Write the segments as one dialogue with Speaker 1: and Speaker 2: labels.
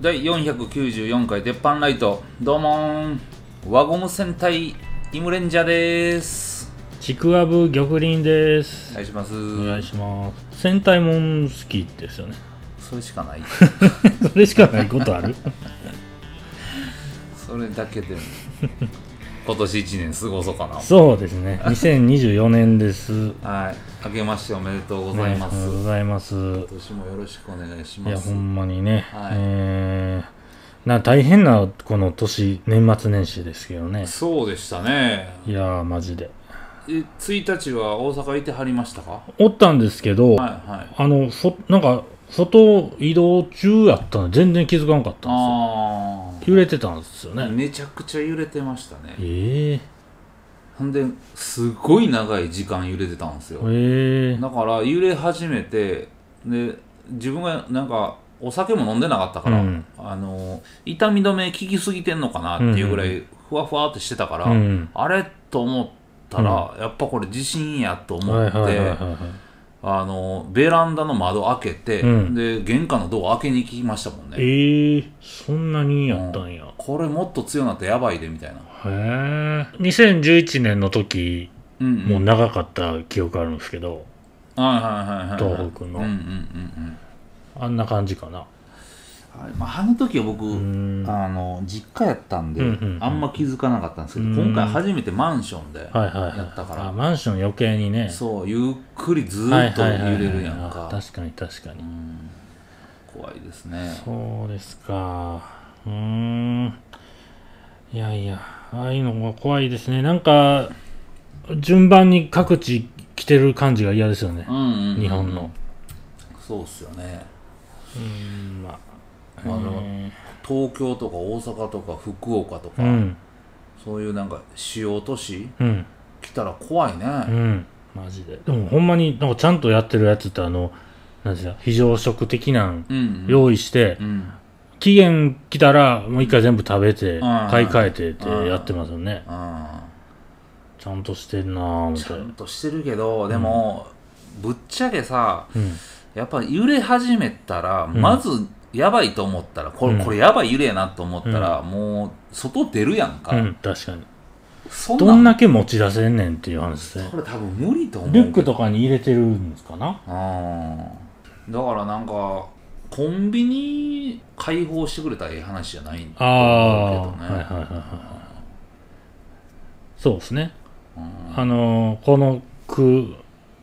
Speaker 1: 第494回鉄板ライトどうもーん輪ゴム戦隊イムレンジャーです
Speaker 2: ちくわぶ玉林です
Speaker 1: お。願いします
Speaker 2: お願いします。戦隊もん好きですよね。
Speaker 1: それしかない
Speaker 2: それしかないことある
Speaker 1: それだけでも今年1年過ごそうかな
Speaker 2: そうですね。2024年です。
Speaker 1: はい明けましておめでとうご
Speaker 2: ご
Speaker 1: ざいます、
Speaker 2: ご
Speaker 1: 今
Speaker 2: ざいます。
Speaker 1: 年もよろしくお願いし
Speaker 2: い
Speaker 1: ま
Speaker 2: や、
Speaker 1: す
Speaker 2: ほんまにね。
Speaker 1: はい
Speaker 2: えーな大変なこの年、年末年始ですけどね。
Speaker 1: そうでしたね
Speaker 2: いやー、マジで。
Speaker 1: え1日は大阪いてはりましたか
Speaker 2: おったんですけど、
Speaker 1: はいはい
Speaker 2: あの、そなんか、外移動中やったのに全然気づかなかったんで
Speaker 1: あ
Speaker 2: すよ。揺れてたんですよ
Speaker 1: あ
Speaker 2: ね。
Speaker 1: めちゃくちゃ揺れてましたね
Speaker 2: ええ
Speaker 1: ほんですごい長い時間揺れてたんですよ
Speaker 2: ええ
Speaker 1: だから揺れ始めてで自分がなんかお酒も飲んでなかったから、
Speaker 2: うん
Speaker 1: あの痛み止め効きすぎてんのかなっていうぐらいふわふわってしてたから、
Speaker 2: うん
Speaker 1: あれと思ったら、やっぱこれ地震やと思って、あのベランダの窓開けて、
Speaker 2: うん
Speaker 1: で玄関のドア開けに来ましたもんね
Speaker 2: ええそんなにやったんや。
Speaker 1: これもっと強なったらやばいでみたいな、
Speaker 2: へえ。2011年の時、
Speaker 1: うんうん
Speaker 2: もう長かった記憶あるんですけど、
Speaker 1: はいはいはいはい
Speaker 2: 東北の
Speaker 1: うんうんうんうん
Speaker 2: あんな感じかな。
Speaker 1: あれまあ、あの時は僕、
Speaker 2: ん
Speaker 1: あの実家やったんで、
Speaker 2: うんうんうん
Speaker 1: あんま気づかなかったんですけど、
Speaker 2: うん
Speaker 1: 今回初めてマンションで
Speaker 2: はいはいはい。
Speaker 1: やったから、
Speaker 2: あマンション余計にね。
Speaker 1: そうゆっくりず
Speaker 2: はい
Speaker 1: っと
Speaker 2: はい
Speaker 1: 揺
Speaker 2: はいはい
Speaker 1: れるやんか、
Speaker 2: あ確かに確かに。
Speaker 1: うん怖いですね
Speaker 2: そうですか。うーん。いやいや、ああいうのが怖いですね。なんか、順番に各地来てる感じが嫌ですよね
Speaker 1: う。んうんうん
Speaker 2: 日本の。
Speaker 1: そうっすよね
Speaker 2: うん、まあ。
Speaker 1: あの
Speaker 2: え
Speaker 1: 東京とか大阪とか福岡と
Speaker 2: ー
Speaker 1: か、
Speaker 2: うん。
Speaker 1: そういうなんか主要都市
Speaker 2: うん。
Speaker 1: 来たら怖いね、
Speaker 2: うんマジででもほんまになんかちゃんとやってるやつってあのなんですか非常食的なん
Speaker 1: うんうん
Speaker 2: 用意して、
Speaker 1: うん
Speaker 2: 期限来たらもう一回全部食べて、
Speaker 1: ん
Speaker 2: 買い替えてって
Speaker 1: うん
Speaker 2: やってますよね、
Speaker 1: うん
Speaker 2: ちゃんとしてんなぁ思っ
Speaker 1: ち
Speaker 2: て
Speaker 1: ゃんとしてるけどでも、ぶっちゃけさ
Speaker 2: うん
Speaker 1: やっぱ揺れ始めたら、
Speaker 2: ん
Speaker 1: まずやばいと思ったらこれ,、
Speaker 2: うん
Speaker 1: これやばい揺れやなと思ったら、もう外出るやんか、
Speaker 2: うん確かに
Speaker 1: そんな
Speaker 2: どん
Speaker 1: ん
Speaker 2: だけ持ち出せんねんっていう話で
Speaker 1: これ多分無理と思う
Speaker 2: リュックとかに入れてるんですかな
Speaker 1: うんだからなんかコンビニ開放してくれたらええ話じゃないんだ
Speaker 2: あ
Speaker 1: と
Speaker 2: あ、
Speaker 1: 思うけ
Speaker 2: は
Speaker 1: どね、
Speaker 2: いはいはいはいそうですね
Speaker 1: うん
Speaker 2: あのーこの区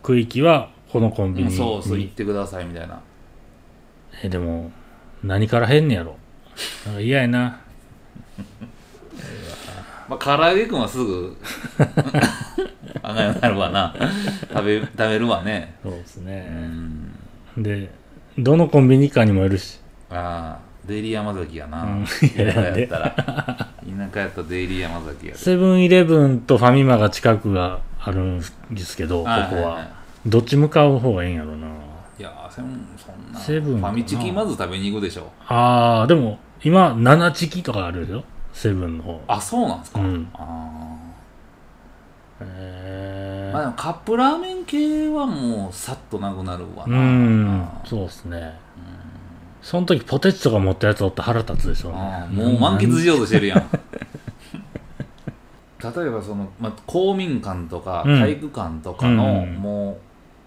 Speaker 2: 区域はこのコンビニに
Speaker 1: そうそう行ってくださいみたいな
Speaker 2: えでも何から変ねやろ なんか嫌やな
Speaker 1: まあ、唐揚げくんはすぐ あがよなるわな食べ食べるわね
Speaker 2: そうです
Speaker 1: う
Speaker 2: ね、
Speaker 1: ん
Speaker 2: でどのコンビニかにもよるし
Speaker 1: ああデイリー山崎やな、
Speaker 2: うん
Speaker 1: 田舎
Speaker 2: いやなん
Speaker 1: や
Speaker 2: で
Speaker 1: ったら 田舎やったらデイリー山崎やで
Speaker 2: セブンイレブンとファミマが近くがあるんですけどここ
Speaker 1: あ
Speaker 2: は
Speaker 1: あいい
Speaker 2: どっち向かう方がええんやろない
Speaker 1: やーセブンそんな
Speaker 2: セブン
Speaker 1: フ
Speaker 2: かな
Speaker 1: ァミチキまず食べに行くでしょ
Speaker 2: あーでも今7チキとかあるでしょセブンの方
Speaker 1: あそうなんですか、
Speaker 2: うん
Speaker 1: あ
Speaker 2: え
Speaker 1: ーまあ
Speaker 2: ー
Speaker 1: でもカップラーメン系はもうさっとなくなるわ
Speaker 2: う
Speaker 1: な
Speaker 2: ーん
Speaker 1: あー
Speaker 2: そうですねその時ポテチとか持ったやつおって腹立つでしょう
Speaker 1: あー
Speaker 2: ね
Speaker 1: もう満喫しようとしてるやん 例えばその、まあ、公民館とか
Speaker 2: うん
Speaker 1: 体育館とかの、
Speaker 2: うん
Speaker 1: もう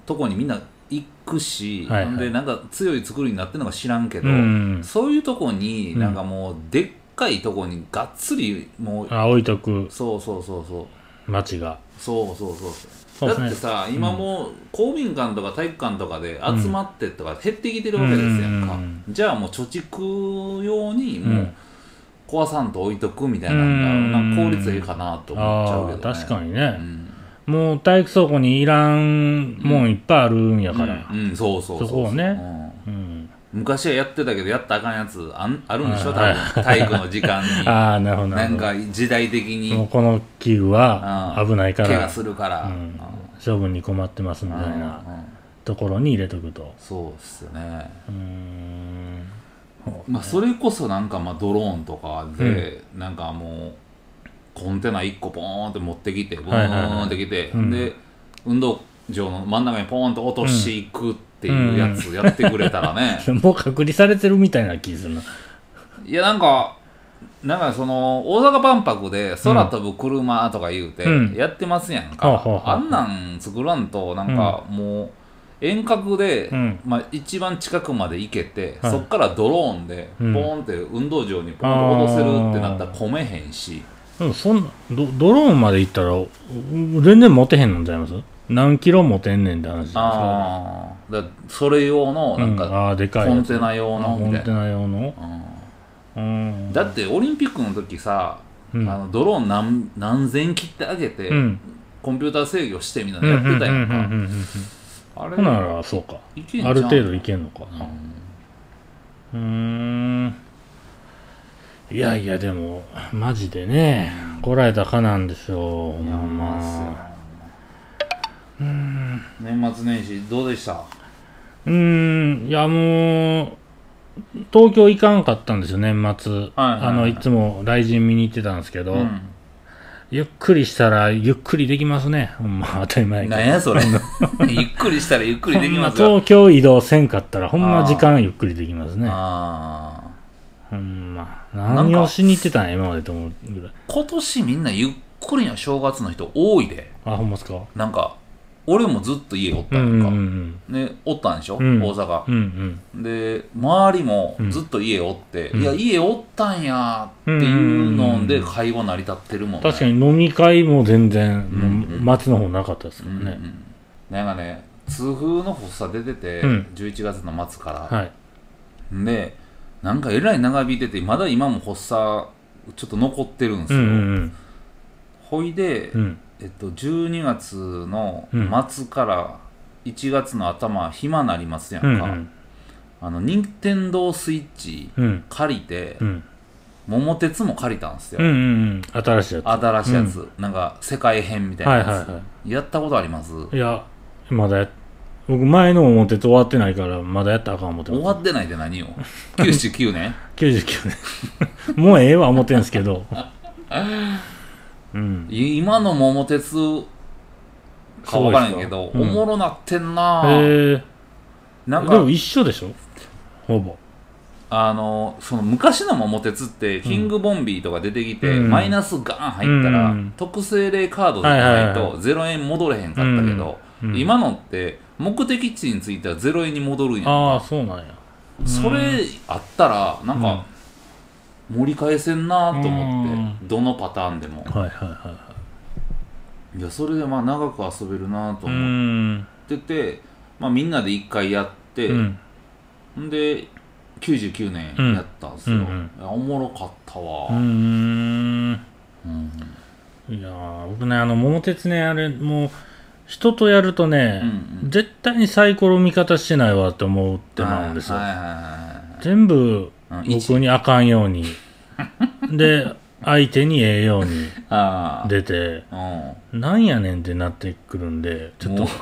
Speaker 1: とこにみんな行くし、
Speaker 2: はいはい
Speaker 1: ほんでなんか強い作りになってるのか知らんけど、
Speaker 2: うん
Speaker 1: そういうとこに
Speaker 2: うん
Speaker 1: なんかもうでっかいとこにがっつりもう、
Speaker 2: あ置いとく
Speaker 1: そうそうそうそう
Speaker 2: 街が
Speaker 1: そうそうそう
Speaker 2: そうで
Speaker 1: だ
Speaker 2: すね
Speaker 1: ってさ、今もう公民館とか体育館とかで集まってとか減ってきてるわけですやんか、
Speaker 2: うん
Speaker 1: じゃあもう貯蓄用に
Speaker 2: う
Speaker 1: もうん壊さんと置いとくみたいなのが、
Speaker 2: うん
Speaker 1: なんか効率いいかなと思っちゃうけど、ね、
Speaker 2: あー確かに
Speaker 1: う
Speaker 2: ね、
Speaker 1: ん
Speaker 2: もう体育倉庫にいらんもんいっぱいあるんやから、
Speaker 1: うんうんそうそうそう
Speaker 2: そこをね
Speaker 1: うん
Speaker 2: うん
Speaker 1: 昔はやってたけどやったらあかんやつあんあるんでしょ多
Speaker 2: はい
Speaker 1: 分体育の時間に
Speaker 2: ああなるほどな
Speaker 1: な
Speaker 2: る
Speaker 1: ん
Speaker 2: ほど
Speaker 1: か時代的
Speaker 2: もう
Speaker 1: に
Speaker 2: この器具は
Speaker 1: うん
Speaker 2: 危ないか
Speaker 1: 怪我
Speaker 2: ら、
Speaker 1: するから、
Speaker 2: うん、処分に困ってますみ
Speaker 1: う
Speaker 2: た
Speaker 1: ん
Speaker 2: い
Speaker 1: うん
Speaker 2: な
Speaker 1: うん
Speaker 2: ところに入れとくと
Speaker 1: そうっすよね
Speaker 2: うーん
Speaker 1: まあ、それこそなんかまあドローンとかで、なんかもうコンテナ1個ポーンって持ってきてブ
Speaker 2: はいはいはい
Speaker 1: ーンってきて、
Speaker 2: うん
Speaker 1: で運動場の真ん中にポーンと落として いくっていうやつやってくれたらね、
Speaker 2: もう隔離されてるみたいな気するな
Speaker 1: いやなんかなんかその大阪万博で空飛ぶ車とか言うて
Speaker 2: うん
Speaker 1: やってますやん
Speaker 2: はあは
Speaker 1: か、
Speaker 2: あはあ
Speaker 1: あんなん作らんとなんかもう遠隔で、
Speaker 2: うん
Speaker 1: まあ、一番近くまで行けて、
Speaker 2: はい
Speaker 1: そっからドローンでポ
Speaker 2: うん
Speaker 1: ーンって運動場にポーンと落とせるってなったら込めへんし
Speaker 2: でもそんなドドローンまで行ったらう全然持てへんのちゃいます何キロ持てんねんって話
Speaker 1: ああだからそれ用の
Speaker 2: う
Speaker 1: なん
Speaker 2: ん
Speaker 1: か
Speaker 2: あーでかい
Speaker 1: コ
Speaker 2: や
Speaker 1: ン
Speaker 2: つ
Speaker 1: テナ用
Speaker 2: あ
Speaker 1: の
Speaker 2: コ
Speaker 1: みた
Speaker 2: ン
Speaker 1: い
Speaker 2: テ
Speaker 1: な、
Speaker 2: ナ用のうん
Speaker 1: うんだってオリンピックの時さ、
Speaker 2: うん
Speaker 1: あのドローン何何千切ってあげて、
Speaker 2: うん
Speaker 1: コンピューター制御してみたいなのやってたやんか、
Speaker 2: うんうんうんうんうんうん
Speaker 1: あれ
Speaker 2: ほんならそうか
Speaker 1: いけんちゃう
Speaker 2: ある程度いけんのか
Speaker 1: う
Speaker 2: なうーんいやいやでもマジでねこらえたかなんですよほ
Speaker 1: んいや
Speaker 2: ん
Speaker 1: ま
Speaker 2: ま
Speaker 1: あそう年末年始どうでした
Speaker 2: うーんいやもう東京行かんかったんですよ年末、
Speaker 1: はいはい
Speaker 2: あのいつも雷神見に行ってたんですけど、
Speaker 1: うん
Speaker 2: ゆっくりしたらゆっくりできますねほんま当たり前やけど
Speaker 1: なんやそれ ゆっくりしたらゆっくりできます
Speaker 2: ほ
Speaker 1: よ
Speaker 2: ん東京移動せんかったらほんま時間ゆっくりできますね
Speaker 1: ああ
Speaker 2: ほんま
Speaker 1: んか
Speaker 2: 何をしに行ってたんや今までと思うぐらい
Speaker 1: 今年みんなゆっくりな正月の人多いで
Speaker 2: あほんまっすか
Speaker 1: なんか俺もずっと家おった
Speaker 2: う
Speaker 1: や
Speaker 2: んうんん
Speaker 1: か、
Speaker 2: うん
Speaker 1: ね、おったんでしょ、
Speaker 2: うん
Speaker 1: 大阪
Speaker 2: うんうん
Speaker 1: で周りも
Speaker 2: うん
Speaker 1: ずっと家おって、
Speaker 2: うん
Speaker 1: いや家おったんやーっていうので会話成り立ってるもんね
Speaker 2: 確かに飲み会も全然、
Speaker 1: ん
Speaker 2: もう街の方なかったですから
Speaker 1: うん
Speaker 2: ね、
Speaker 1: うん、なんかね痛風の発作出てて、
Speaker 2: うん
Speaker 1: 11月の末から、
Speaker 2: はい
Speaker 1: でなんかえらい長引いててまだ今も発作ちょっと残ってるんです
Speaker 2: うん
Speaker 1: よ、
Speaker 2: うん
Speaker 1: ほいで、
Speaker 2: うんうん
Speaker 1: えっと、12月の
Speaker 2: うん
Speaker 1: 末から1月の頭暇なりますやん
Speaker 2: う
Speaker 1: か、
Speaker 2: んうん
Speaker 1: あの任天堂スイッチ
Speaker 2: うん
Speaker 1: 借りて、
Speaker 2: うん
Speaker 1: 桃鉄も借りたんですよ、
Speaker 2: うんうんうん新しいやつは
Speaker 1: 新しいやつ、なんか世界編みた
Speaker 2: い
Speaker 1: いな
Speaker 2: はい
Speaker 1: やつ、
Speaker 2: は
Speaker 1: やったことあります
Speaker 2: いいやまだや僕前の表と終わってないからまだやったらあかん思って
Speaker 1: 終
Speaker 2: ま
Speaker 1: わ
Speaker 2: す
Speaker 1: ってないで何を99年
Speaker 2: 99年 もうええわ思ってんすけどうん
Speaker 1: い今の桃鉄かわからんけど、
Speaker 2: すごいっすかうん
Speaker 1: おもろなってんな
Speaker 2: へ
Speaker 1: ぁ
Speaker 2: え
Speaker 1: なん
Speaker 2: で
Speaker 1: か
Speaker 2: も一緒でしょほぼ
Speaker 1: あのその昔の桃鉄ってキングボンビーとか出てきて、
Speaker 2: うん
Speaker 1: マイナスガーン入ったら、
Speaker 2: うん
Speaker 1: 特性例カードじゃない
Speaker 2: はいはい
Speaker 1: と0円戻れへんかったけど、
Speaker 2: うんうん
Speaker 1: 今のって目的地に着いたら0円に戻るんや
Speaker 2: ああそうなんや
Speaker 1: それあったらなんか盛り返せんなぁと思って、
Speaker 2: う
Speaker 1: どのパターンでも
Speaker 2: はいはいはいはい
Speaker 1: やそれでまあ長く遊べるなぁと
Speaker 2: いう
Speaker 1: 思っ
Speaker 2: ん
Speaker 1: てて、まあ、みんなで一回やって、
Speaker 2: うん
Speaker 1: んで99年やったんですよ、
Speaker 2: うんうん
Speaker 1: いやおもろかったわ、
Speaker 2: うーん
Speaker 1: うん
Speaker 2: いやー僕ねあの桃鉄ねあれもう人とやるとね、
Speaker 1: うんうん
Speaker 2: 絶対にサイコロ味方してないわって思ってまうんですよ、
Speaker 1: はいはいはい
Speaker 2: 全部
Speaker 1: はいうん一
Speaker 2: 僕にあかんよう にで相手にええように
Speaker 1: ああ
Speaker 2: 出て
Speaker 1: うん
Speaker 2: なんやねんってなってくるんでちょっ
Speaker 1: も
Speaker 2: と
Speaker 1: う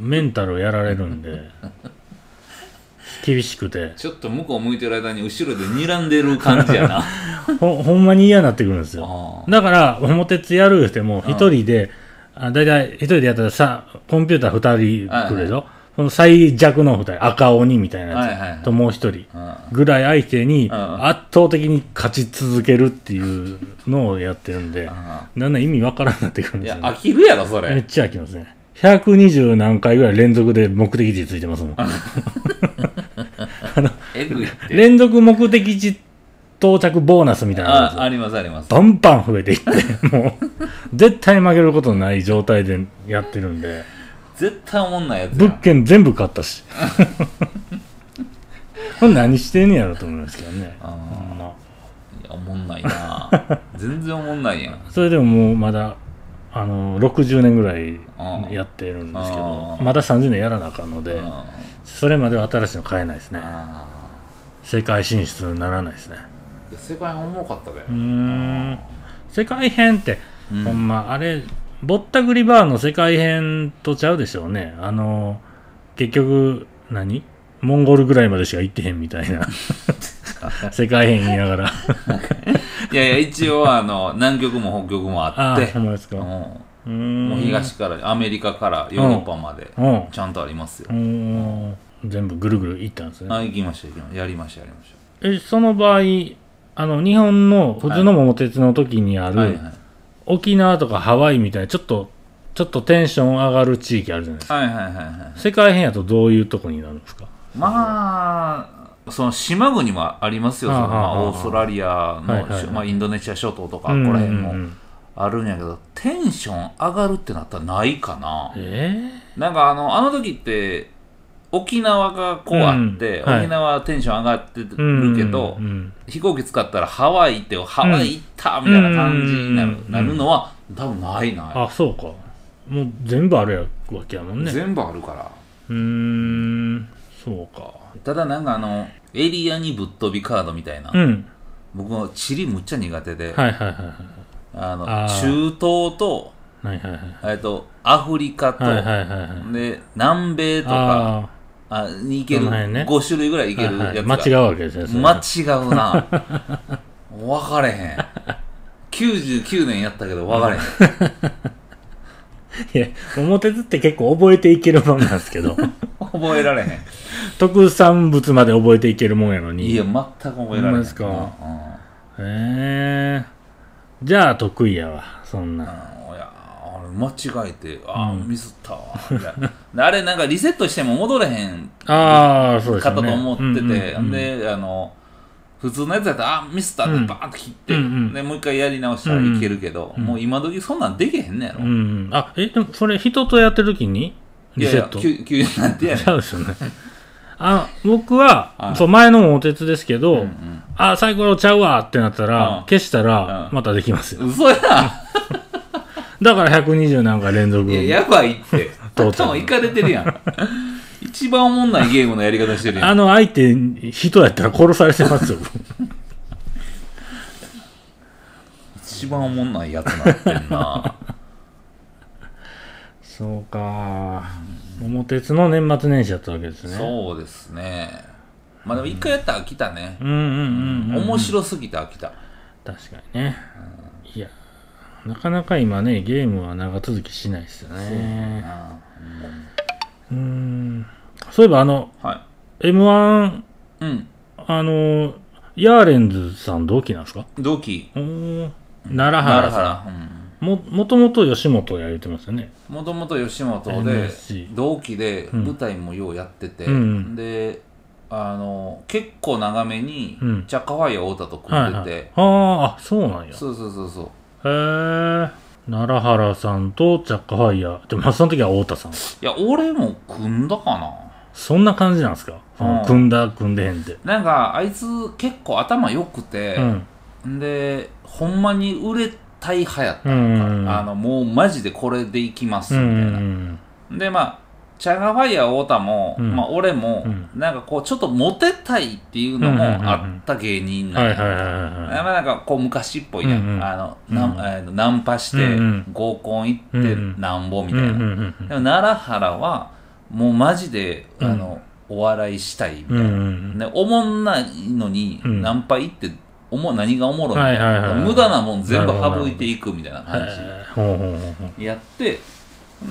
Speaker 2: メンタルをやられるんで 厳しくて
Speaker 1: ちょっと向こう向いてる間に後ろで睨んでる感じや なあ
Speaker 2: ほほんまに嫌になってくるんですよ
Speaker 1: あ
Speaker 2: だから、桃鉄やる言うても、一人で、あだいたい一人でやったらさ、コンピューター二人来るでしょ、その最弱の二人、赤鬼みたいなやつ、
Speaker 1: はいはいはい
Speaker 2: ともう一人
Speaker 1: うん
Speaker 2: ぐらい相手に
Speaker 1: うんうん
Speaker 2: 圧倒的に勝ち続けるっていうのをやってるんで、
Speaker 1: あ
Speaker 2: だんだん意味わからんなってくるん
Speaker 1: あい
Speaker 2: ですよ
Speaker 1: や
Speaker 2: ね、
Speaker 1: 飽きるやろそ
Speaker 2: め
Speaker 1: れ
Speaker 2: っちゃ飽きますね。120何回ぐらい連続で目的地ついてますもん。
Speaker 1: えぐいって
Speaker 2: 連続目的地到着ボーナスみたいなのるんです
Speaker 1: あ
Speaker 2: よ
Speaker 1: ありますあります
Speaker 2: バンバン増えて いって、もう、絶対負けることない状態でやってるんで、
Speaker 1: 絶対おもんないやつや
Speaker 2: 物件全部買ったし。 これ何してんねやろと思いますけどね。
Speaker 1: あ
Speaker 2: ほんま
Speaker 1: いやおもんない な全然おもんないやん
Speaker 2: それでももうまだ、あの、60年ぐらいやってるんですけ
Speaker 1: あ
Speaker 2: ど
Speaker 1: ー、
Speaker 2: まだ30年やらなあかんので
Speaker 1: う、ん
Speaker 2: それまでは新しいの買えないですね。
Speaker 1: あ
Speaker 2: 世界進出にならないですね。
Speaker 1: ーいや世界おもろかったで、
Speaker 2: うーん。世界編って、
Speaker 1: うん
Speaker 2: ほんま、あれ、ぼったくりバーの世界編とちゃうでしょうね。あの、結局、何モンゴルぐらいまでしか行ってへんみたい な。世界編言いながら。
Speaker 1: いやいや一応あの南極も北極もあ
Speaker 2: あ
Speaker 1: っ
Speaker 2: あ、
Speaker 1: て
Speaker 2: ほんまですか。う
Speaker 1: う
Speaker 2: ー
Speaker 1: ん
Speaker 2: ん。
Speaker 1: もう東からアメリカからヨーロッパまで
Speaker 2: うん。う
Speaker 1: ちゃんとありますよ、
Speaker 2: ーん。全部ぐるぐる行ったんですね。
Speaker 1: あ行きました行きましたやりましたやりまし
Speaker 2: え、その場合、あの日本の普通の桃鉄の時にある、
Speaker 1: はいはい
Speaker 2: 沖縄とかハワイみたいなちょっとちょっとテンション上がる地域あるじゃないですか
Speaker 1: はいはいはいはい
Speaker 2: 世界編やとどういうとこになるんですか
Speaker 1: まあその島国もありますよそ
Speaker 2: ああ
Speaker 1: のま
Speaker 2: ああ
Speaker 1: あオーストラリアの、
Speaker 2: はいはいはい
Speaker 1: まあ、インドネシア諸島とか
Speaker 2: う
Speaker 1: こ
Speaker 2: んう
Speaker 1: こ
Speaker 2: んう
Speaker 1: ら
Speaker 2: ん
Speaker 1: 辺もあるんやけど、テンション上がるってなったらないかな
Speaker 2: え
Speaker 1: なんかあのあの時って沖縄がこうあって、
Speaker 2: うんはい
Speaker 1: 沖縄テンション上がってるけ
Speaker 2: え
Speaker 1: ど、
Speaker 2: うんうん
Speaker 1: 飛行機使ったらハワイ行ってよハワイ行ったみたいな感じになる,、
Speaker 2: うん
Speaker 1: なるのは多分ないな、
Speaker 2: あそうかもう全部あるやわけやもんね
Speaker 1: 全部あるから
Speaker 2: うーんそうか
Speaker 1: ただなんかあのエリアにぶっ飛びカードみたいな、
Speaker 2: うん
Speaker 1: 僕は地理むっちゃ苦手で、
Speaker 2: はいはいはい
Speaker 1: あの
Speaker 2: あー
Speaker 1: 中東と,、
Speaker 2: はいはいはい
Speaker 1: えっとアフリカと、
Speaker 2: はいはいはいはい
Speaker 1: で南米とか
Speaker 2: あ
Speaker 1: あに行け
Speaker 2: そ
Speaker 1: る、
Speaker 2: の辺ね
Speaker 1: 5種類ぐらい
Speaker 2: ー
Speaker 1: 行ける
Speaker 2: はい
Speaker 1: や
Speaker 2: は
Speaker 1: つ
Speaker 2: い
Speaker 1: が、
Speaker 2: 間違うわけですねそれ
Speaker 1: 間違うな 分かれへん99年やったけど分か れへん
Speaker 2: いや桃鉄って結構覚えていけるもんなんですけ ど
Speaker 1: 覚えられへん
Speaker 2: 特産物まで覚えていけるもんやのに
Speaker 1: いや全く覚え
Speaker 2: ほ
Speaker 1: られ
Speaker 2: んま
Speaker 1: へん
Speaker 2: ですか
Speaker 1: うんうん
Speaker 2: へえじゃあ得意やわそんな、
Speaker 1: いやあれ間違えてあーミスったわみたいなであれなんかリセットしても戻れへん
Speaker 2: ああそうです
Speaker 1: か
Speaker 2: よ
Speaker 1: った
Speaker 2: ね
Speaker 1: と思ってて、
Speaker 2: うんうんうん
Speaker 1: であの普通のやつやったらあミスったってバーンと切って、
Speaker 2: うんうん
Speaker 1: でもう一回やり直したらいけるけど、もう今時そんなんできへんねやろ、
Speaker 2: うんうんあえでもそれ人とやってる時にリセット
Speaker 1: いやいや急急になんてやねん
Speaker 2: ちゃうですよねあ僕は、
Speaker 1: はい
Speaker 2: そう前のもお手つですけど、
Speaker 1: ん
Speaker 2: あサイコロちゃうわってなったら、
Speaker 1: うん
Speaker 2: 消したら、
Speaker 1: うん
Speaker 2: またできますよ
Speaker 1: 嘘やん
Speaker 2: だから120なんか連続
Speaker 1: いややばいっ て
Speaker 2: どうぞ
Speaker 1: 頭いかれてるやん一番おもんないゲームのやり方してるやん
Speaker 2: あの相手人やったら殺されてますよ
Speaker 1: 一番おもんないやつなってんな
Speaker 2: そうか桃鉄の年末年始だったわけですね
Speaker 1: そうですねまあでも一回やったら飽きたね、
Speaker 2: うんうんうん、うん、
Speaker 1: 面白すぎて飽きた
Speaker 2: 確かにね、いやなかなか今ねゲームは長続きしないですよね
Speaker 1: あ
Speaker 2: うーんそういえばあの
Speaker 1: ーは
Speaker 2: m 1
Speaker 1: いうん
Speaker 2: あのヤーレンズさん同期なんですか
Speaker 1: 同期
Speaker 2: おー奈良
Speaker 1: 奈良
Speaker 2: 原さん
Speaker 1: 原うん
Speaker 2: ももともと吉本や言ってますよね
Speaker 1: もともと吉本で
Speaker 2: NSC
Speaker 1: 同期で
Speaker 2: ん
Speaker 1: 舞台もようやってて、
Speaker 2: うん
Speaker 1: であの結構長めに
Speaker 2: うん
Speaker 1: チャッカファイア太田と組
Speaker 2: はい、
Speaker 1: んでて、
Speaker 2: はい、あーあそうなんやへ
Speaker 1: そうそうそうそう
Speaker 2: え奈良原さんとチャッカファイヤーでもその時は太田さん
Speaker 1: いや俺も組んだかな
Speaker 2: そんな感じなんですか、その
Speaker 1: うん
Speaker 2: 組んだ組んでへんって
Speaker 1: なんかあいつ結構頭良くて
Speaker 2: う、ん
Speaker 1: でほんまに売れたい派やった、
Speaker 2: うん
Speaker 1: あのもうマジでこれでいきます
Speaker 2: う
Speaker 1: みたい
Speaker 2: んう
Speaker 1: な、
Speaker 2: ん
Speaker 1: でまあチャガファイヤー太田も、
Speaker 2: うん
Speaker 1: まあ、俺も、
Speaker 2: うん
Speaker 1: なんかこうちょっとモテたいっていうのも
Speaker 2: うんうんうんうん
Speaker 1: あった芸人
Speaker 2: は
Speaker 1: ないん
Speaker 2: はい
Speaker 1: や
Speaker 2: はいはいはい
Speaker 1: まあなんかこう昔っぽいね、
Speaker 2: うんうん
Speaker 1: あの
Speaker 2: うん
Speaker 1: ナンあのナンパして
Speaker 2: うんうん
Speaker 1: 合コン行
Speaker 2: うん
Speaker 1: って
Speaker 2: うん
Speaker 1: なんぼみ
Speaker 2: うん
Speaker 1: たいな、
Speaker 2: うんうん
Speaker 1: でも奈良原はもうマジで、
Speaker 2: うん
Speaker 1: あのお笑いしたいみた
Speaker 2: う
Speaker 1: い
Speaker 2: ん
Speaker 1: な、
Speaker 2: う
Speaker 1: ね、
Speaker 2: ん
Speaker 1: おもんないのに、
Speaker 2: うん
Speaker 1: ナンパ行っておも何がおもろいの
Speaker 2: はいはいはいはい
Speaker 1: 無駄なもん全部省いていくみたいな
Speaker 2: はい
Speaker 1: 感
Speaker 2: はいほうほうほうほう
Speaker 1: じやって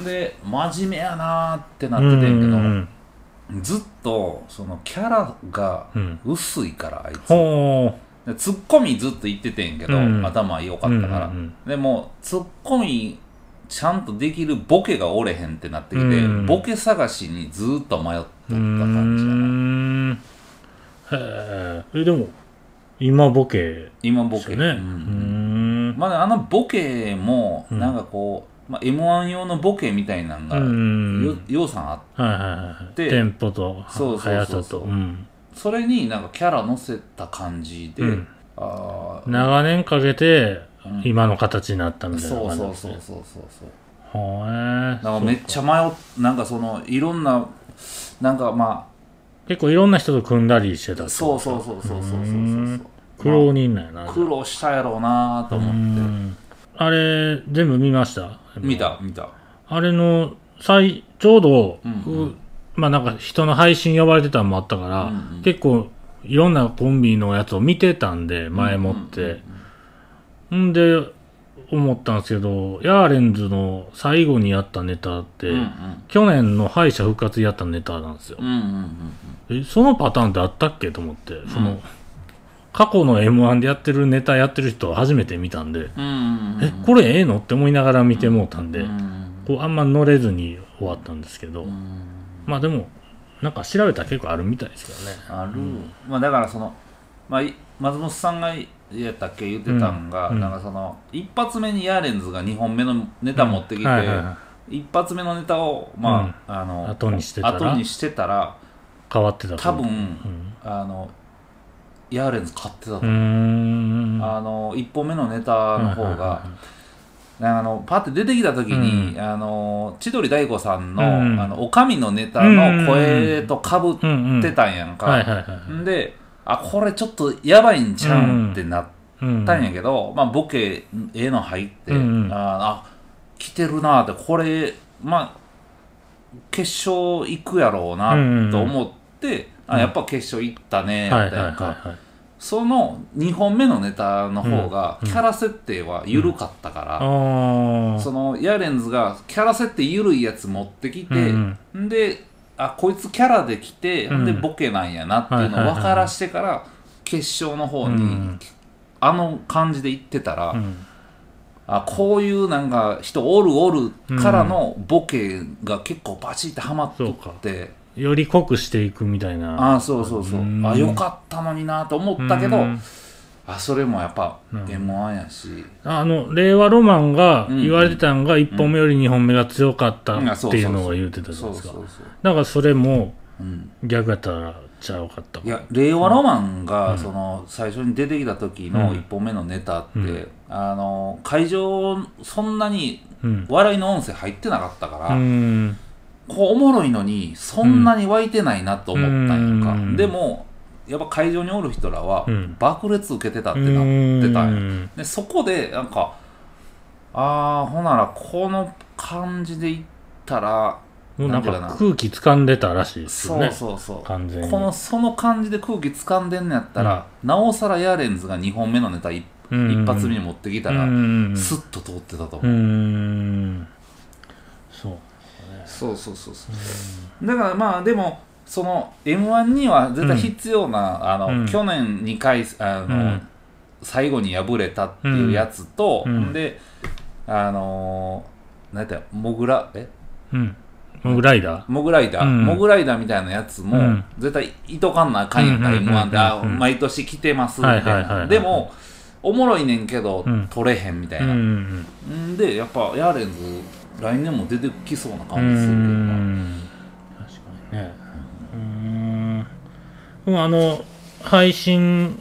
Speaker 1: で真面目やなーってな
Speaker 2: う
Speaker 1: っ
Speaker 2: ん
Speaker 1: ててんけど、
Speaker 2: うん
Speaker 1: ずっとそのキャラが
Speaker 2: うん
Speaker 1: 薄いからあいつ、
Speaker 2: ほ
Speaker 1: でツッコミずっと言っててんけど、
Speaker 2: うん
Speaker 1: 頭良
Speaker 2: う
Speaker 1: か
Speaker 2: う
Speaker 1: っ
Speaker 2: ん
Speaker 1: たから、
Speaker 2: うんうん
Speaker 1: でもツッコミちゃんとできるボケがおれへんってなってきて、
Speaker 2: うん
Speaker 1: ボケ探しにずっと迷っとった
Speaker 2: うー
Speaker 1: 感じやな、
Speaker 2: んへええでも今ボケ
Speaker 1: 今ボ
Speaker 2: です
Speaker 1: ケ、
Speaker 2: よね
Speaker 1: う
Speaker 2: うんん
Speaker 1: まあ、あのボケも
Speaker 2: うん
Speaker 1: なんかこう、まあ、m 1用のボケみたいなのが、
Speaker 2: う
Speaker 1: よ
Speaker 2: ん
Speaker 1: ようさんあって
Speaker 2: はいはいはい
Speaker 1: で
Speaker 2: テンポと
Speaker 1: そうそうそうそう
Speaker 2: 速さとうん
Speaker 1: それになんかキャラ乗せた感じで、
Speaker 2: うん
Speaker 1: あー
Speaker 2: 長年かけて
Speaker 1: うん
Speaker 2: 今の形になったみたいな
Speaker 1: そ
Speaker 2: 感
Speaker 1: う
Speaker 2: じなん
Speaker 1: そう
Speaker 2: です
Speaker 1: そ
Speaker 2: ね
Speaker 1: うそうそうそう
Speaker 2: ほえ
Speaker 1: なんかめっちゃ迷っなんかそのいろんななんかま
Speaker 2: 結構いろんな人と組んだりしてた
Speaker 1: あそうそうそうそうそうそうそうそう
Speaker 2: 苦労人なんやな
Speaker 1: 苦労したやろうなと
Speaker 2: う
Speaker 1: 思って
Speaker 2: んあれ全部見ました
Speaker 1: 見た見た
Speaker 2: あれの最ちょうど、
Speaker 1: うん
Speaker 2: う
Speaker 1: うん
Speaker 2: まあなんか人の配信呼ばれてたのもあったから、
Speaker 1: うんうん
Speaker 2: 結構いろんなコンビのやつを見てたんで前もって、
Speaker 1: うん
Speaker 2: んで思ったんですけどヤーレンズの最後にやったネタって、
Speaker 1: うん
Speaker 2: 去年の敗者復活やったネタなんですよ
Speaker 1: うんうんうんうんうん
Speaker 2: えそのパターンってあったっけと思ってその、過去の m 1でやってるネタやってる人は初めて見たんで、
Speaker 1: うん
Speaker 2: えこれええのって思いながら見てもうたんで、こうあんま乗れずに終わったんですけど、まあでもなんか調べたら結構あるみたいですけどね
Speaker 1: ある、まあだからその、まあ、い松本さんがやったっけ言ってたんが、
Speaker 2: うんうん
Speaker 1: なんかその一発目にヤーレンズが2本目のネタ持ってきて、
Speaker 2: はいはいはい
Speaker 1: 一発目のネタをまあ、あの
Speaker 2: 後にしてたら
Speaker 1: 後にしてたら
Speaker 2: 変わってたと
Speaker 1: 多
Speaker 2: 思
Speaker 1: 分、
Speaker 2: ううん
Speaker 1: あのヤーレンズ買ってたと
Speaker 2: うー
Speaker 1: 思う、
Speaker 2: ん
Speaker 1: あの1本目のネタの方
Speaker 2: はいはいはい
Speaker 1: が、なんかあのパッて出てきた時に、
Speaker 2: うん
Speaker 1: あの千鳥大悟さんの,、
Speaker 2: うん
Speaker 1: あのおかみのネタの声とかぶ
Speaker 2: うんうん
Speaker 1: ってたんやんか、
Speaker 2: はいはいはいはい
Speaker 1: んであこれちょっとやばいんちゃうんってなっ
Speaker 2: うん
Speaker 1: たんやけど、まあ、ボケええの入って、
Speaker 2: うんうん
Speaker 1: ああ来てるなってこれまあ決勝行くやろうなと思って、あやっぱ決勝行ったね
Speaker 2: は
Speaker 1: や
Speaker 2: い
Speaker 1: っ
Speaker 2: は
Speaker 1: た
Speaker 2: い
Speaker 1: や
Speaker 2: は
Speaker 1: んか、
Speaker 2: いはい
Speaker 1: その2本目のネタの方が
Speaker 2: うん
Speaker 1: キャラ設定は緩かったから、
Speaker 2: ああ
Speaker 1: そのヤーレンズがキャラ設定緩いやつ持ってきて、
Speaker 2: うん
Speaker 1: んであこいつキャラで来て、
Speaker 2: うん
Speaker 1: ん、でボケなんやなっていう
Speaker 2: はいはい
Speaker 1: のを
Speaker 2: はい
Speaker 1: 分からしてから決勝の方に、
Speaker 2: うん
Speaker 1: あの感じで行ってたら、
Speaker 2: うん
Speaker 1: あこういうなんか人おるおるからのボケが結構バチってはまっとって、
Speaker 2: より濃くしていくみたいな
Speaker 1: あそうそうそう、
Speaker 2: うん
Speaker 1: あよかったのになと思ったけど、
Speaker 2: うん
Speaker 1: あそれもやっぱ
Speaker 2: うん
Speaker 1: m 1やし、
Speaker 2: あの令和ロマンが
Speaker 1: うん
Speaker 2: 言われてたのが1本目より2本目が強かった
Speaker 1: うん
Speaker 2: っていうのが言うてたじゃ
Speaker 1: そ
Speaker 2: ないう
Speaker 1: そう
Speaker 2: ですか
Speaker 1: そう、
Speaker 2: なんかそれも
Speaker 1: うん、
Speaker 2: 逆やったらちゃうかったか
Speaker 1: い
Speaker 2: ら
Speaker 1: や令和ロマン
Speaker 2: う
Speaker 1: が
Speaker 2: ん
Speaker 1: その最初に出てきた時の
Speaker 2: うん
Speaker 1: 1本目のネタって、
Speaker 2: うん
Speaker 1: あの会場そんなに
Speaker 2: うん
Speaker 1: 笑いの音声入ってなかったから、
Speaker 2: うん
Speaker 1: こうおもろいのにそんなに湧いてないなと思ったんやんか、
Speaker 2: うん
Speaker 1: でもやっぱ会場におる人らは
Speaker 2: うん
Speaker 1: 爆裂受けてたっ
Speaker 2: う
Speaker 1: てなってたんや、
Speaker 2: ん
Speaker 1: でそこでなんかああほならこの感じでいったら
Speaker 2: もうな
Speaker 1: な
Speaker 2: ん
Speaker 1: んていう
Speaker 2: か
Speaker 1: か
Speaker 2: 空気掴んでたらしいですよ
Speaker 1: そう
Speaker 2: ね
Speaker 1: そうそう
Speaker 2: 完全に
Speaker 1: このその感じで空気掴んでんのやったら、なおさらヤーレンズが2本目のネタ一
Speaker 2: うん
Speaker 1: 一発目に持ってきた
Speaker 2: う
Speaker 1: ら、
Speaker 2: ん
Speaker 1: スッと通ってたと思
Speaker 2: う
Speaker 1: う、
Speaker 2: んそう
Speaker 1: そうそうそうそうだからまあでもその m 1には絶対必要な、あの
Speaker 2: うん
Speaker 1: 去年2回あの、
Speaker 2: うん
Speaker 1: 最後に敗れたっていうやつと、
Speaker 2: うんうん
Speaker 1: であのー、なんやったらモグラえ
Speaker 2: うんモグライダ
Speaker 1: モグライダー、
Speaker 2: うん
Speaker 1: モグライダーみたいなやつも、
Speaker 2: うん
Speaker 1: 絶対いとかんなあかんやんか、
Speaker 2: うんうんうんうん
Speaker 1: M1 であ
Speaker 2: うん
Speaker 1: 毎年来てますみたい
Speaker 2: はいはいはいは
Speaker 1: ないでもおもろいねんけど、
Speaker 2: うん
Speaker 1: 取れへんみた
Speaker 2: ーう
Speaker 1: いな、
Speaker 2: ん
Speaker 1: ん、でやっぱヤーレンズ来年も出てきそうな
Speaker 2: う
Speaker 1: 感じするけどなん
Speaker 2: 確かにねうんうんあの配信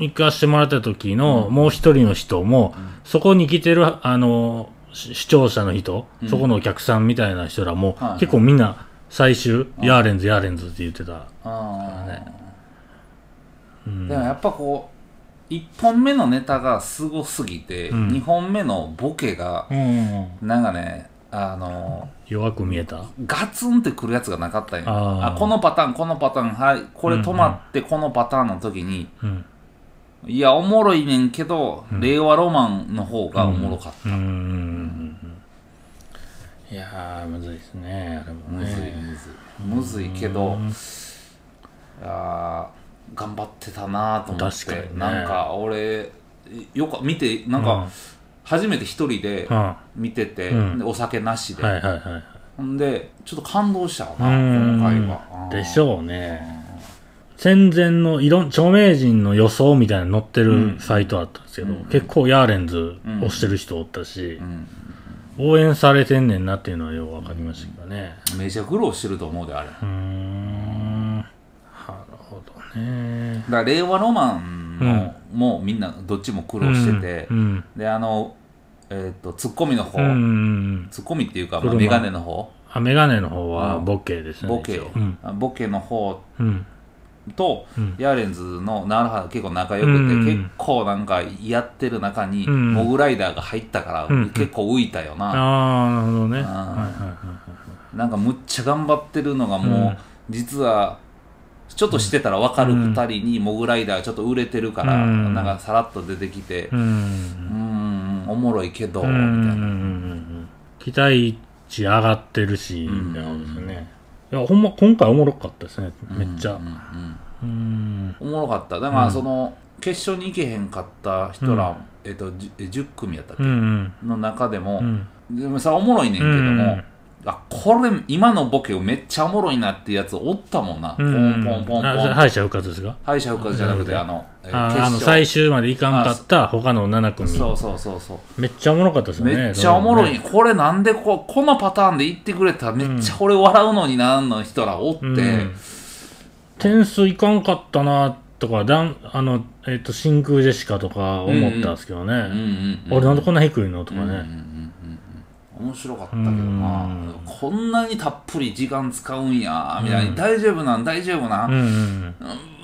Speaker 2: 行かしてもらった時のもう一人の人もそこに来てるあのし視聴者の人
Speaker 1: うん
Speaker 2: そこのお客さんみたいな人らも
Speaker 1: はいはい
Speaker 2: 結構みんな最終ヤーレンズヤーレンズって言ってた
Speaker 1: あー
Speaker 2: ね
Speaker 1: うんでもやっぱこう1本目のネタがすごすぎて、
Speaker 2: うん
Speaker 1: 2本目のボケが
Speaker 2: うん
Speaker 1: なんかねあの
Speaker 2: 弱く見えた
Speaker 1: ガツンってくるやつがなかったんや
Speaker 2: あー
Speaker 1: あこのパターンこのパターンはいこれ止まってこのパターンの時に、
Speaker 2: うん
Speaker 1: いやおもろいねんけど、
Speaker 2: うん
Speaker 1: 令和ロマンの方がおもろかっ
Speaker 2: うんうんうんうんいやーむずいですねあれ
Speaker 1: た、
Speaker 2: も
Speaker 1: むずい
Speaker 2: ね
Speaker 1: むずいむずいけど、あー頑張ってたなと思って、
Speaker 2: 確かにね
Speaker 1: なんか俺よく見てなん
Speaker 2: うん
Speaker 1: か初めて一人で
Speaker 2: うんは
Speaker 1: 見てて、
Speaker 2: うん
Speaker 1: でお酒なし
Speaker 2: い
Speaker 1: で、
Speaker 2: はいはい
Speaker 1: ほんでちょっと感動したわな、
Speaker 2: うん
Speaker 1: 今回は
Speaker 2: でしょうね戦前のいろん著名人の予想みたいなの載って
Speaker 1: う
Speaker 2: る
Speaker 1: ん
Speaker 2: サイトあったんですけど、
Speaker 1: うん
Speaker 2: 結構ヤーレンズ押してる人おったし
Speaker 1: う、ん、
Speaker 2: 応援されてんねんなっていうのはよくわかりましたけどね
Speaker 1: めちゃ苦労してると思うであれだか
Speaker 2: うーんなるほどね
Speaker 1: ら令和ロマンの、もうみんなどっちも苦労してて、
Speaker 2: うん
Speaker 1: であのえっ、とツッコミの方、
Speaker 2: うん、うん、
Speaker 1: ツッコミっていうか、まあ、
Speaker 2: 車
Speaker 1: メガネの方
Speaker 2: あメガネの方は
Speaker 1: うん
Speaker 2: ボケですね
Speaker 1: ボケ、
Speaker 2: うん
Speaker 1: ボケの方
Speaker 2: うん
Speaker 1: と、
Speaker 2: うん
Speaker 1: ヤーレンズの奈良原結構仲良くて、
Speaker 2: うん
Speaker 1: 結構なんかやってる中に、
Speaker 2: うん
Speaker 1: モグライダーが入ったから、
Speaker 2: うん
Speaker 1: 結構浮いたよな、
Speaker 2: ああなるほどね
Speaker 1: ん
Speaker 2: はいはいはい
Speaker 1: なんかむっちゃ頑張ってるのが
Speaker 2: う
Speaker 1: も
Speaker 2: ん
Speaker 1: う、実はちょっとしてたら分かる2人にモグライダーちょっと売れてるから、
Speaker 2: うん
Speaker 1: なんかさらっと出てきて
Speaker 2: う、
Speaker 1: うんーん、おもろいけど、
Speaker 2: う
Speaker 1: みたいな。
Speaker 2: ん期待値上がってるし、
Speaker 1: うん
Speaker 2: みたいなことですね。いや、ほんま、今回おもろかったですね、めっちゃ。
Speaker 1: うんうんうん
Speaker 2: うん。
Speaker 1: おもろかった。だから、その、決勝に行けへんかった人ら、えっと、じ10組やったっけ
Speaker 2: うんうん
Speaker 1: の中でも
Speaker 2: う、ん
Speaker 1: でもさおもろいねんけども、
Speaker 2: うん
Speaker 1: あこれ今のボケめっちゃおもろいなってやつおったもんな、
Speaker 2: うん
Speaker 1: ポンポンポンポン
Speaker 2: あそれ敗者復活ですか
Speaker 1: 敗者復活じゃなくてあのえー
Speaker 2: あ
Speaker 1: 決
Speaker 2: あ
Speaker 1: 勝
Speaker 2: の最終までいかんかった他の7組
Speaker 1: そうそうそうそう
Speaker 2: めっちゃおもろかったですよね
Speaker 1: めっちゃおもろい、
Speaker 2: ね
Speaker 1: これなんでここのパターンで言ってくれたらめっちゃ俺笑うのになんの人らおって、
Speaker 2: うん点数いかんかったなとかだんあの、えっと真空ジェシカとか思ったんですけどね、
Speaker 1: うんうんうん
Speaker 2: 俺なんでこんな低いのとか
Speaker 1: うんうんうんう
Speaker 2: ね、
Speaker 1: ん面白かったけどな、
Speaker 2: うん
Speaker 1: こんなにたっぷり時間使うんやみたいに、
Speaker 2: うん
Speaker 1: 大丈夫なん大丈夫な
Speaker 2: うん、うん
Speaker 1: うん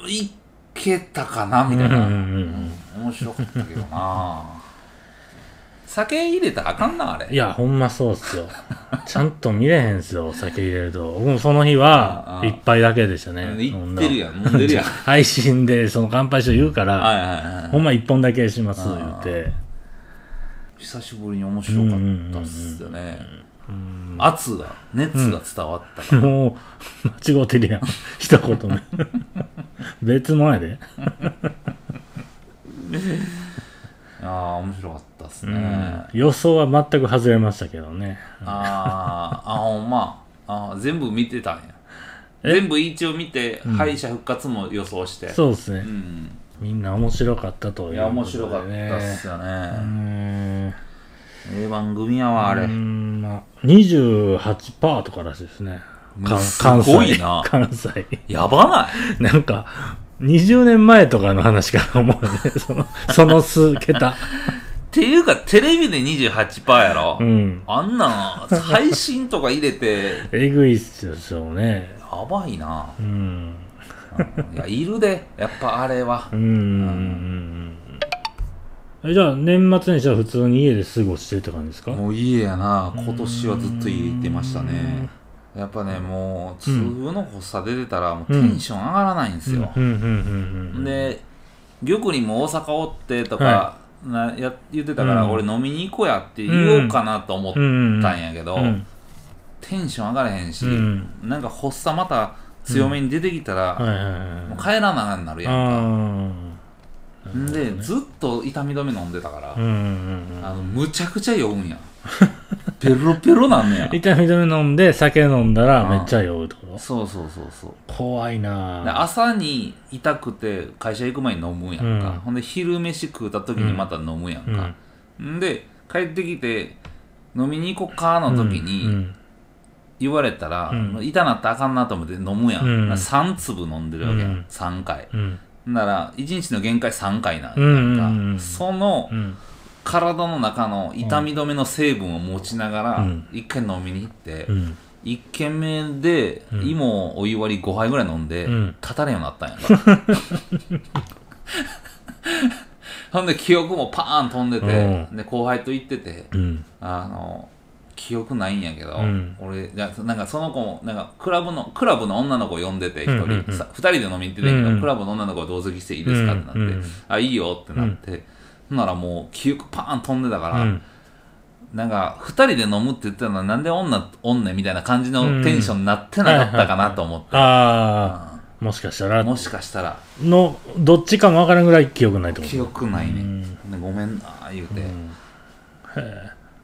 Speaker 1: いけたかなみ
Speaker 2: うん
Speaker 1: た
Speaker 2: う
Speaker 1: い
Speaker 2: んう
Speaker 1: な、
Speaker 2: ん
Speaker 1: 面白かったけどな酒入れたらあかんなあれ
Speaker 2: いやほんまそうっすよちゃんと見れへんっすよお酒入れると僕もその日は
Speaker 1: ああ
Speaker 2: 一杯だけでしたね
Speaker 1: 行ってるやん飲んでるやんは
Speaker 2: 配信でその乾杯しよう言うから、
Speaker 1: いはい
Speaker 2: ほ
Speaker 1: は
Speaker 2: んま一本だけします言って
Speaker 1: い久しぶりに面白かったっすよね圧が熱が伝わった、
Speaker 2: もう、間違うてるやん。 一言目。別もんやで。
Speaker 1: ああ面白かったっす
Speaker 2: う
Speaker 1: ね、
Speaker 2: ん
Speaker 1: あ。
Speaker 2: 予想は全く外れましたけどね。
Speaker 1: あーあほんまあー全部見てたんや
Speaker 2: え
Speaker 1: 全部一応見て敗者復活も予想して
Speaker 2: そうですね。
Speaker 1: ん
Speaker 2: みんな面白かったということ
Speaker 1: い
Speaker 2: で、ね。
Speaker 1: や面白かったっすよ
Speaker 2: う
Speaker 1: ね
Speaker 2: ん。
Speaker 1: ええ番組やわあれ
Speaker 2: うん、まあ、28%とからしいですね。かん
Speaker 1: す
Speaker 2: 関西。
Speaker 1: ごいな
Speaker 2: 関西。
Speaker 1: やばない
Speaker 2: なんか、20年前とかの話から思うね。 その、その数 桁。
Speaker 1: っていうか、テレビで28%やろ、
Speaker 2: うん。
Speaker 1: あんなん、配信とか入れて、
Speaker 2: えぐいっすよね。
Speaker 1: やばいな。
Speaker 2: うん。
Speaker 1: いや、いるで、やっぱあれは
Speaker 2: う。んうんうん。えじゃあ、年末年始は普通に家で過ごしてって感じですか
Speaker 1: もう家やな、今年はずっと家行ってましたね。やっぱね、もう、痛風の発作出てたら、もうテンション上がらないんですよ。
Speaker 2: うんうんうんうん。、
Speaker 1: で、玉にも大阪おってとか、なや言ってたから、
Speaker 2: うん
Speaker 1: 俺飲みに行こうやって言おうかなと思っ
Speaker 2: うんうんうん。
Speaker 1: たんやけど、
Speaker 2: うん
Speaker 1: テンション上がらへんし、
Speaker 2: うん
Speaker 1: なんか発作また強めに出てきたら、
Speaker 2: はいはいはい
Speaker 1: もう
Speaker 2: はい。
Speaker 1: 帰らなあかんなるやんか
Speaker 2: あー
Speaker 1: で、ずっと痛み止め飲んでたから、
Speaker 2: うんうんうん
Speaker 1: あのむちゃくちゃ酔うんやペロペロなんねや
Speaker 2: 痛み止め飲んで、酒飲んだらめっちゃ酔うってこと
Speaker 1: そうそうそうそう
Speaker 2: 怖いな
Speaker 1: で
Speaker 2: ぁ。
Speaker 1: 朝に痛くて会社行く前に飲むんやんか、
Speaker 2: うん
Speaker 1: ほんで昼飯食うた時にまた飲むやんか、ん、で帰ってきて飲みに行こっかの時
Speaker 2: うんう
Speaker 1: に
Speaker 2: ん
Speaker 1: 言われたら、
Speaker 2: うん
Speaker 1: 痛なったらあかんなと思って飲むやん、
Speaker 2: うん
Speaker 1: 3粒飲んでるわけやん、
Speaker 2: うん
Speaker 1: 3回
Speaker 2: うん
Speaker 1: なら1日の限界3回なんや
Speaker 2: うん
Speaker 1: ん
Speaker 2: う
Speaker 1: か、
Speaker 2: んうん
Speaker 1: その、
Speaker 2: うん
Speaker 1: 体の中の痛み止めの成分を持ちなが
Speaker 2: う
Speaker 1: ら
Speaker 2: ん
Speaker 1: 一回飲みに行って
Speaker 2: うん
Speaker 1: 一軒目で
Speaker 2: うん
Speaker 1: 芋お湯割り5杯ぐらい飲んで
Speaker 2: うん
Speaker 1: 立たれんようになったんやから ほんで記憶もパーン飛んで
Speaker 2: う
Speaker 1: てで後輩と行ってて
Speaker 2: うん
Speaker 1: あの記憶ないんやけど、
Speaker 2: うん
Speaker 1: 俺じゃなんかその子もなんかクラブのクラブの女の子呼んでて一人、
Speaker 2: うんうんうん
Speaker 1: さ二人で飲みに行ってたんやけど、
Speaker 2: うんうん
Speaker 1: クラブの女の子は同席していいですかってなって、
Speaker 2: うんうんうん
Speaker 1: あいいよってなって、ほんならもう記憶パーン飛んでたから、
Speaker 2: うん
Speaker 1: なんか二人で飲むって言ってたのはなんで女おんねんみたいな感じのテンションになってなかったかなと思って、
Speaker 2: ああ、もしかしたら、
Speaker 1: もしかしたら
Speaker 2: の、どっちかもわからんぐらい記憶ないってこと
Speaker 1: 記憶ないね、
Speaker 2: うん
Speaker 1: でごめんな言うて、
Speaker 2: うん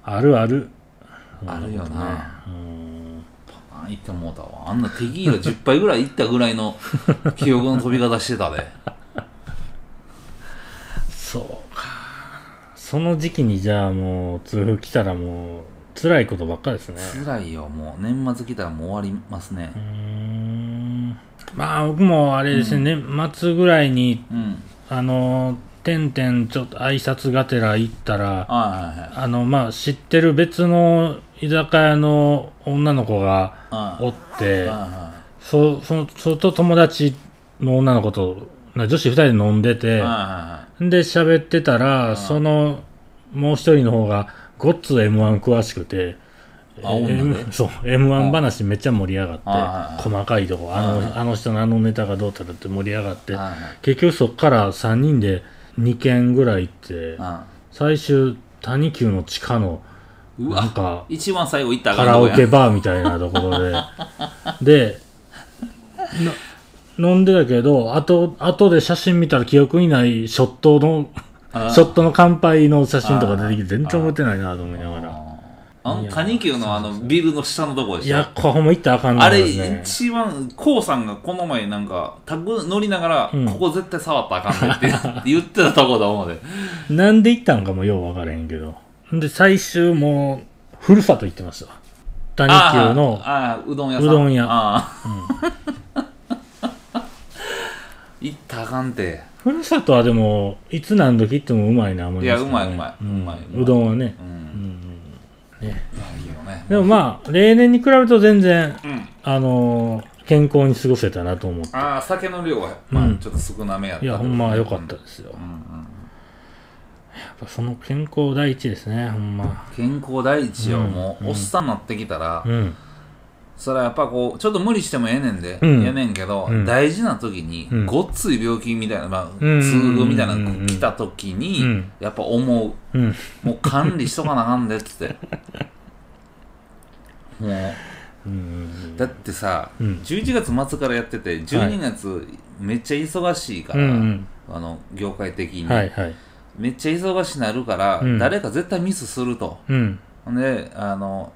Speaker 2: あるある。
Speaker 1: あるよな
Speaker 2: うん。
Speaker 1: あ行ってもうたわあんなテキーラ10杯ぐらいいったぐらい の記憶の飛び方してたで。
Speaker 2: そうか。その時期にじゃあもう、痛風来たらもう、辛いことばっかですね。
Speaker 1: 辛いよもう年末来たらもう終わりますね
Speaker 2: うーん。まあ僕もあれですね、年末ぐらいに、
Speaker 1: うん
Speaker 2: あの、てんてんちょっと挨拶がてら行ったら、
Speaker 1: はいはいはい
Speaker 2: あの、まあ知ってる別の居酒屋の女の子が
Speaker 1: あ
Speaker 2: おって、
Speaker 1: あ
Speaker 2: そそのそれと友達の女の子とな女子二人で飲んでて、
Speaker 1: あ
Speaker 2: で喋ってたら、
Speaker 1: ん
Speaker 2: そのもう一人の方がごっつ m 1詳しくて
Speaker 1: あ
Speaker 2: えー
Speaker 1: 女で
Speaker 2: M- そう m 1話めっちゃ盛り上が
Speaker 1: うんはい
Speaker 2: っ
Speaker 1: はい
Speaker 2: て細かいとこあ
Speaker 1: うん
Speaker 2: のあの人のあのネタがどうたらって盛り上がって
Speaker 1: はいはい
Speaker 2: 結局そっから3人で2軒ぐらい行って
Speaker 1: あ
Speaker 2: 最終谷急の地下の
Speaker 1: う
Speaker 2: なん
Speaker 1: わ
Speaker 2: か
Speaker 1: 一番最後行ったら
Speaker 2: カ
Speaker 1: あかん
Speaker 2: ラ
Speaker 1: と
Speaker 2: オ
Speaker 1: こや
Speaker 2: ケバーみたいなところでで飲んでたけど、あと、後で写真見たら記憶にないショットの、ショットの乾杯の写真とか出てきて全然覚えてないなと思いながら。
Speaker 1: あのカニ球のあのビルの下のとこで
Speaker 2: い
Speaker 1: しょ
Speaker 2: や、ここも行ったらあかんな
Speaker 1: あれ
Speaker 2: ね
Speaker 1: 一番こうさんがこの前なんかタグ乗りながら、
Speaker 2: うん
Speaker 1: ここ絶対触ったらあかんねって言ってたとこだ思うで
Speaker 2: なんで行ったんかもよう分からへんけど。んで、最終もう、ふるさと行ってましたわ。谷
Speaker 1: あ
Speaker 2: 久の、
Speaker 1: ああうどん屋さん
Speaker 2: うどん屋
Speaker 1: ああ 行ったらあかんて
Speaker 2: ふるさとはでも、いつ何時行ってもうまいな、思いますけ
Speaker 1: い
Speaker 2: どね
Speaker 1: やうまいうまい
Speaker 2: ん
Speaker 1: うまいうまいう
Speaker 2: どんはね
Speaker 1: う。
Speaker 2: うん
Speaker 1: ん
Speaker 2: ね
Speaker 1: いいよね
Speaker 2: でもまあ、例年に比べると全然、
Speaker 1: うん
Speaker 2: あのー健康に過ごせたなと思って。
Speaker 1: ああ酒の量は、ま
Speaker 2: う
Speaker 1: あ、
Speaker 2: ん
Speaker 1: ちょっと少なめやったけ
Speaker 2: い
Speaker 1: ど
Speaker 2: や、ほんま良かったですよ。
Speaker 1: うんうん
Speaker 2: やっぱその健康第一ですね、ほんま。
Speaker 1: 健康第一よ、
Speaker 2: うん
Speaker 1: も
Speaker 2: う
Speaker 1: うんおっさんになってきたら、
Speaker 2: うん。
Speaker 1: それはやっぱこうちょっと無理してもええねんで、
Speaker 2: うん
Speaker 1: ええねんけど、
Speaker 2: うん
Speaker 1: 大事な時に、
Speaker 2: うん
Speaker 1: ごっつい病気みたいな、まあ、
Speaker 2: うん
Speaker 1: 痛風みたいなの
Speaker 2: う
Speaker 1: が
Speaker 2: ん
Speaker 1: 来た時に、
Speaker 2: うん
Speaker 1: やっぱ思う
Speaker 2: うん。
Speaker 1: もう管理しとかなあかんでっつっ てもう
Speaker 2: うん。
Speaker 1: だってさ、
Speaker 2: うん
Speaker 1: 11月末からやってて12月、めっちゃ忙しいか
Speaker 2: う
Speaker 1: ら、
Speaker 2: ん。
Speaker 1: あの業界的に、
Speaker 2: はいはい。
Speaker 1: めっちゃ忙しなるから、
Speaker 2: うん
Speaker 1: 誰か絶対ミスすると。
Speaker 2: うん。
Speaker 1: ほんであの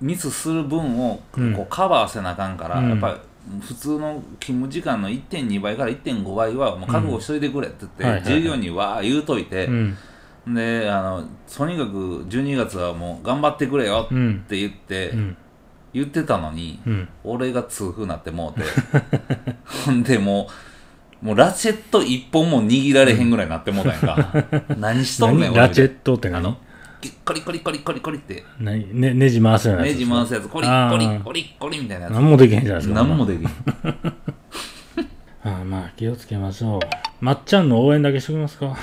Speaker 1: ミスする分を
Speaker 2: うん
Speaker 1: こうカバーせなあかんから、
Speaker 2: うん
Speaker 1: やっぱり普通の勤務時間の1.2倍から1.5倍はもう覚悟しといてくれって言って、
Speaker 2: うんはいはいはい
Speaker 1: 従業員にわー言うといて、
Speaker 2: うん。
Speaker 1: であのとにかく12月はもう頑張ってくれよ
Speaker 2: う
Speaker 1: っ
Speaker 2: ん。
Speaker 1: て言って、
Speaker 2: うん。
Speaker 1: 言ってたのに、
Speaker 2: うん。
Speaker 1: 俺が痛風になってもうてほんでもうもうラチェット一本も握られへんぐらいになってもうたやんか 何しとんねん
Speaker 2: 何
Speaker 1: 俺
Speaker 2: ラチェットってなの
Speaker 1: コリコリコリコリコリって
Speaker 2: 何ね、ネジ回すような
Speaker 1: ネ
Speaker 2: やつ
Speaker 1: ジ回すやつ、コリ
Speaker 2: あー
Speaker 1: コリコリコリみたいなや
Speaker 2: 何もできへんじゃないで
Speaker 1: つ。
Speaker 2: すか。
Speaker 1: 何もできん。
Speaker 2: あーまあ気をつけましょう。まっちゃんの応援だけしときますか。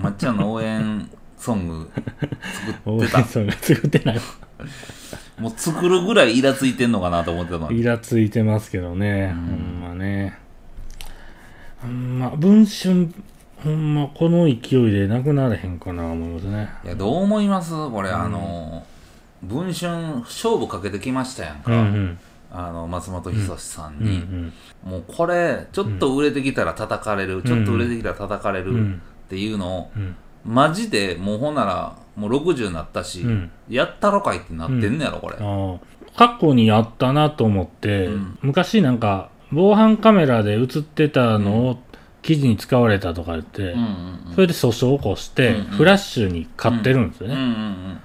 Speaker 1: まっちゃんの応援ソング
Speaker 2: 応
Speaker 1: 作
Speaker 2: 援
Speaker 1: って
Speaker 2: ソング作ってないわ。
Speaker 1: た。もう作るぐらいイラついてんのかなと思ってたのに。
Speaker 2: イラついてますけどね。ほんまね。ほんま、文春、ほんまこの勢いでなくなれへんかな思いますね。
Speaker 1: いや、どう思いますこれ、あの、文春、勝負かけてきましたやん
Speaker 2: う
Speaker 1: か。
Speaker 2: んうん。
Speaker 1: あの、松本人志さん
Speaker 2: うんう
Speaker 1: に。
Speaker 2: ん。
Speaker 1: もうこれ、ちょっと売れてきたら叩かれる、ちょっと売れてきたら叩かれ
Speaker 2: う
Speaker 1: る
Speaker 2: ん
Speaker 1: っていうのを、
Speaker 2: うん。
Speaker 1: マジでもうほんなら、もう60になったし
Speaker 2: うん、
Speaker 1: やったろかいってなってんねやろ、これ。
Speaker 2: ああ過去にあったなと思って、
Speaker 1: うん
Speaker 2: 昔なんか防犯カメラで映ってたのを記事に使われたとか言って、
Speaker 1: うんうんうん
Speaker 2: それで訴訟を起こして、
Speaker 1: うんうん
Speaker 2: フラッシュに買ってるんですよ
Speaker 1: うんうん
Speaker 2: ね。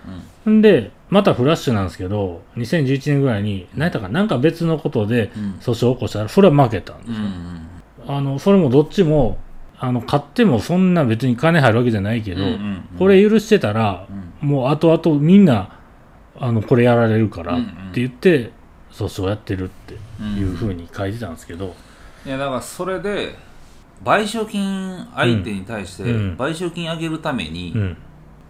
Speaker 1: うんうん。
Speaker 2: ん、で、またフラッシュなんですけど、2011年ぐらいに、何やったかなんか別のことで
Speaker 1: うん
Speaker 2: 訴訟を起こしたら、それは負けたんです
Speaker 1: う
Speaker 2: よ。
Speaker 1: ん
Speaker 2: あの、それもどっちも、あの、買ってもそんな別に金入るわけじゃないけ
Speaker 1: う
Speaker 2: ど、
Speaker 1: んうん
Speaker 2: これ許してたら
Speaker 1: う、ん
Speaker 2: もう後々みんな、あの、これやられるから
Speaker 1: う
Speaker 2: っ
Speaker 1: んうん
Speaker 2: て言って、訴訟やってるって
Speaker 1: うん
Speaker 2: いうふうに書いてたんですけど、
Speaker 1: いやだからそれで賠償金相手に対して
Speaker 2: うん
Speaker 1: 賠償金上げるために
Speaker 2: うん。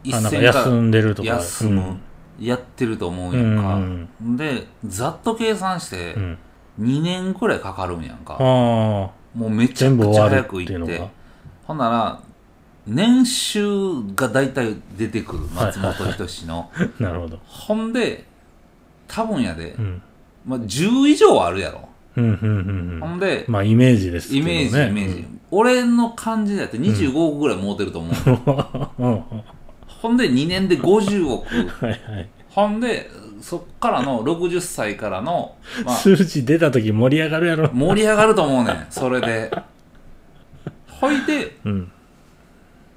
Speaker 1: 一
Speaker 2: あ、なんか
Speaker 1: 銭
Speaker 2: 休
Speaker 1: か
Speaker 2: んでるとか。
Speaker 1: 休むやってると思うや
Speaker 2: うんん
Speaker 1: かでざっと計算して
Speaker 2: うん。うん。
Speaker 1: 2年くらいかかるんやんか
Speaker 2: ああ、
Speaker 1: もうめちゃ
Speaker 2: 全部
Speaker 1: くちゃ
Speaker 2: 終わ
Speaker 1: 早
Speaker 2: る
Speaker 1: く
Speaker 2: ってい
Speaker 1: 行
Speaker 2: う
Speaker 1: っ
Speaker 2: の
Speaker 1: て
Speaker 2: が。
Speaker 1: ほんなら年収が大体出てくる松本人志の
Speaker 2: なるほど。
Speaker 1: ほんで多分やで
Speaker 2: うん。
Speaker 1: まあ10以上はあるやろ
Speaker 2: うん、うん、うんう
Speaker 1: ほ
Speaker 2: ん。
Speaker 1: んで
Speaker 2: まあ、イメージですけ
Speaker 1: イ
Speaker 2: どね。
Speaker 1: メージ、イメージ。俺の感じだって25億ぐらい持てると思う。
Speaker 2: うん。うんは
Speaker 1: ほんで2年で50億。
Speaker 2: いはい。
Speaker 1: ほんで、そっからの60歳からの、まあ、
Speaker 2: 数字出た時盛り上がるやろ。
Speaker 1: 盛り上がると思うねん、それで。ほいで、
Speaker 2: うん。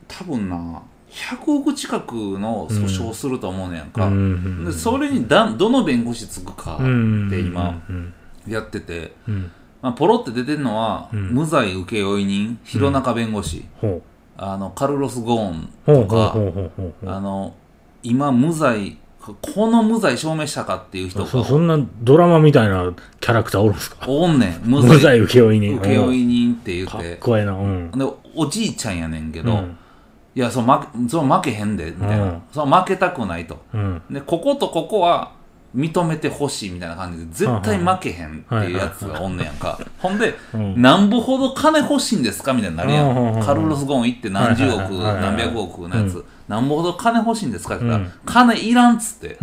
Speaker 1: 多分な、100億近くの訴訟すると思うねやん
Speaker 2: う
Speaker 1: か。
Speaker 2: ん。
Speaker 1: でそれにだどの弁護士つくかっ
Speaker 2: うんうん。
Speaker 1: て今
Speaker 2: うん。
Speaker 1: やってて、
Speaker 2: うん。
Speaker 1: まあ、ポロって出てるのは、
Speaker 2: うん
Speaker 1: 無罪請負人、弘中弁護士、
Speaker 2: ほう。
Speaker 1: あのカルロス・ゴーンと
Speaker 2: ほうほう
Speaker 1: か、
Speaker 2: ほうほうほうほう。
Speaker 1: あの今無罪この無罪証明したかっていう人
Speaker 2: そ
Speaker 1: が
Speaker 2: そんなドラマみたいなキャラクターおるんですか
Speaker 1: おんねん無
Speaker 2: 無
Speaker 1: 罪
Speaker 2: 罪請負人。
Speaker 1: 請負人って言っ
Speaker 2: かってこええな。うん。
Speaker 1: でおじいちゃんやねんけ
Speaker 2: う
Speaker 1: ど、
Speaker 2: ん。
Speaker 1: いやその負その負けへんでみたいな、
Speaker 2: うん
Speaker 1: その負けたくないと
Speaker 2: うん。
Speaker 1: でこことここは認めてほしいみたいな感じで絶対負けへんっていうやつがおんねやんか、ほんで、
Speaker 2: うん
Speaker 1: なんぼほど金欲しいんですかみたいになるや
Speaker 2: うんうんうん
Speaker 1: ん、
Speaker 2: うん
Speaker 1: カルロス・ゴーン行って何十億、
Speaker 2: はいはいはいはい
Speaker 1: 何百億のやつ、
Speaker 2: う
Speaker 1: なんぼほど金欲しいんですかって言ったら、
Speaker 2: うん
Speaker 1: 金いらんっつって、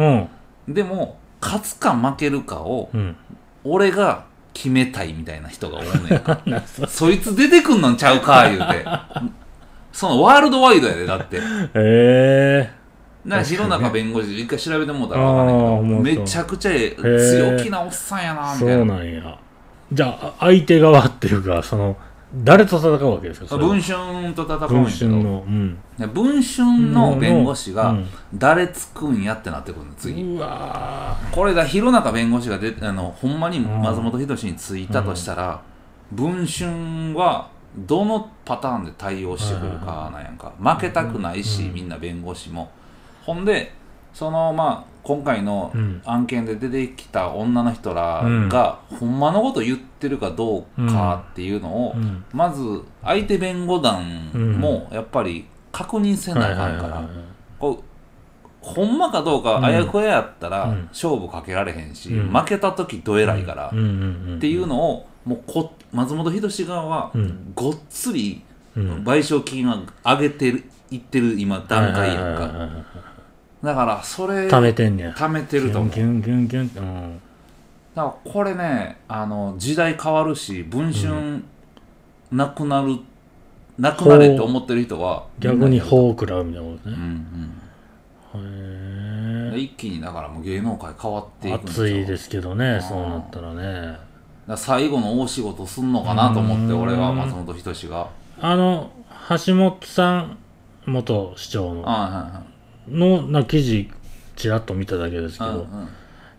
Speaker 2: うん。
Speaker 1: でも、勝つか負けるかを、
Speaker 2: うん。
Speaker 1: 俺が決めたいみたいな人がおんねんか
Speaker 2: なんかそう
Speaker 1: そいつ出てくんのんちゃうか言うてそのワールドワイドやでだって
Speaker 2: え
Speaker 1: なんか弘中弁護士一回調べてもうたら分かん
Speaker 2: あーほん
Speaker 1: な
Speaker 2: ま
Speaker 1: いけ
Speaker 2: そ
Speaker 1: ど
Speaker 2: う
Speaker 1: めちゃくちゃええ強気なおっさんやな
Speaker 2: ー、
Speaker 1: み
Speaker 2: そ
Speaker 1: たいうな
Speaker 2: なんやじゃあ相手側っていうかその誰と戦うわけですかそれは
Speaker 1: 文春と戦うん
Speaker 2: 文
Speaker 1: やけ
Speaker 2: 春
Speaker 1: ど
Speaker 2: の、うん、
Speaker 1: で文春の弁護士
Speaker 2: う
Speaker 1: が
Speaker 2: ん
Speaker 1: 誰つくんやってなってくるの次
Speaker 2: うわ
Speaker 1: これが弘中弁護士がであのほんまに松本人志についたとしたら、文春はどのパターンで対応してくるかなんやんか負けたくないし、
Speaker 2: うん
Speaker 1: みんな弁護士もほんでそのまあ今回の
Speaker 2: うん
Speaker 1: 案件で出てきた女の人らが、ほんまのこと言ってるかどうかっていうのを、
Speaker 2: ーうん
Speaker 1: まず相手弁護団もやっぱり確認せなあかんから、こうほんまかどうかあやふややったら
Speaker 2: うん
Speaker 1: 勝負かけられへんし、
Speaker 2: うん
Speaker 1: 負けた時どえらいから、
Speaker 2: うんうんうん、
Speaker 1: っていうのをもうこ松本人志側は
Speaker 2: うん
Speaker 1: ごっつり
Speaker 2: う
Speaker 1: 賠
Speaker 2: ん、
Speaker 1: 償金は上げてるいってる今段階やん
Speaker 2: はいはい
Speaker 1: か
Speaker 2: はいはい
Speaker 1: だからそれ
Speaker 2: 貯めてんねや
Speaker 1: 貯めてると思う
Speaker 2: ギュンギュンギュンギュンって
Speaker 1: だからこれねあの時代変わるし文春なくなるなくなれって思ってる人は
Speaker 2: うん、逆に
Speaker 1: ほ
Speaker 2: 法を食らうみたいなこと
Speaker 1: うんう
Speaker 2: ね、
Speaker 1: ん
Speaker 2: へ
Speaker 1: で一気にだからもう芸能界変わってい
Speaker 2: え
Speaker 1: くんちゃう
Speaker 2: 暑いですけどね
Speaker 1: ー
Speaker 2: そうなったらね
Speaker 1: だから最後の大仕事すんのかなと思って
Speaker 2: うん
Speaker 1: 俺は松本人志が
Speaker 2: あの橋本さん元市長
Speaker 1: うん
Speaker 2: の
Speaker 1: う
Speaker 2: のな記事ちらっと見ただけですけ
Speaker 1: んうん
Speaker 2: ど、
Speaker 1: うん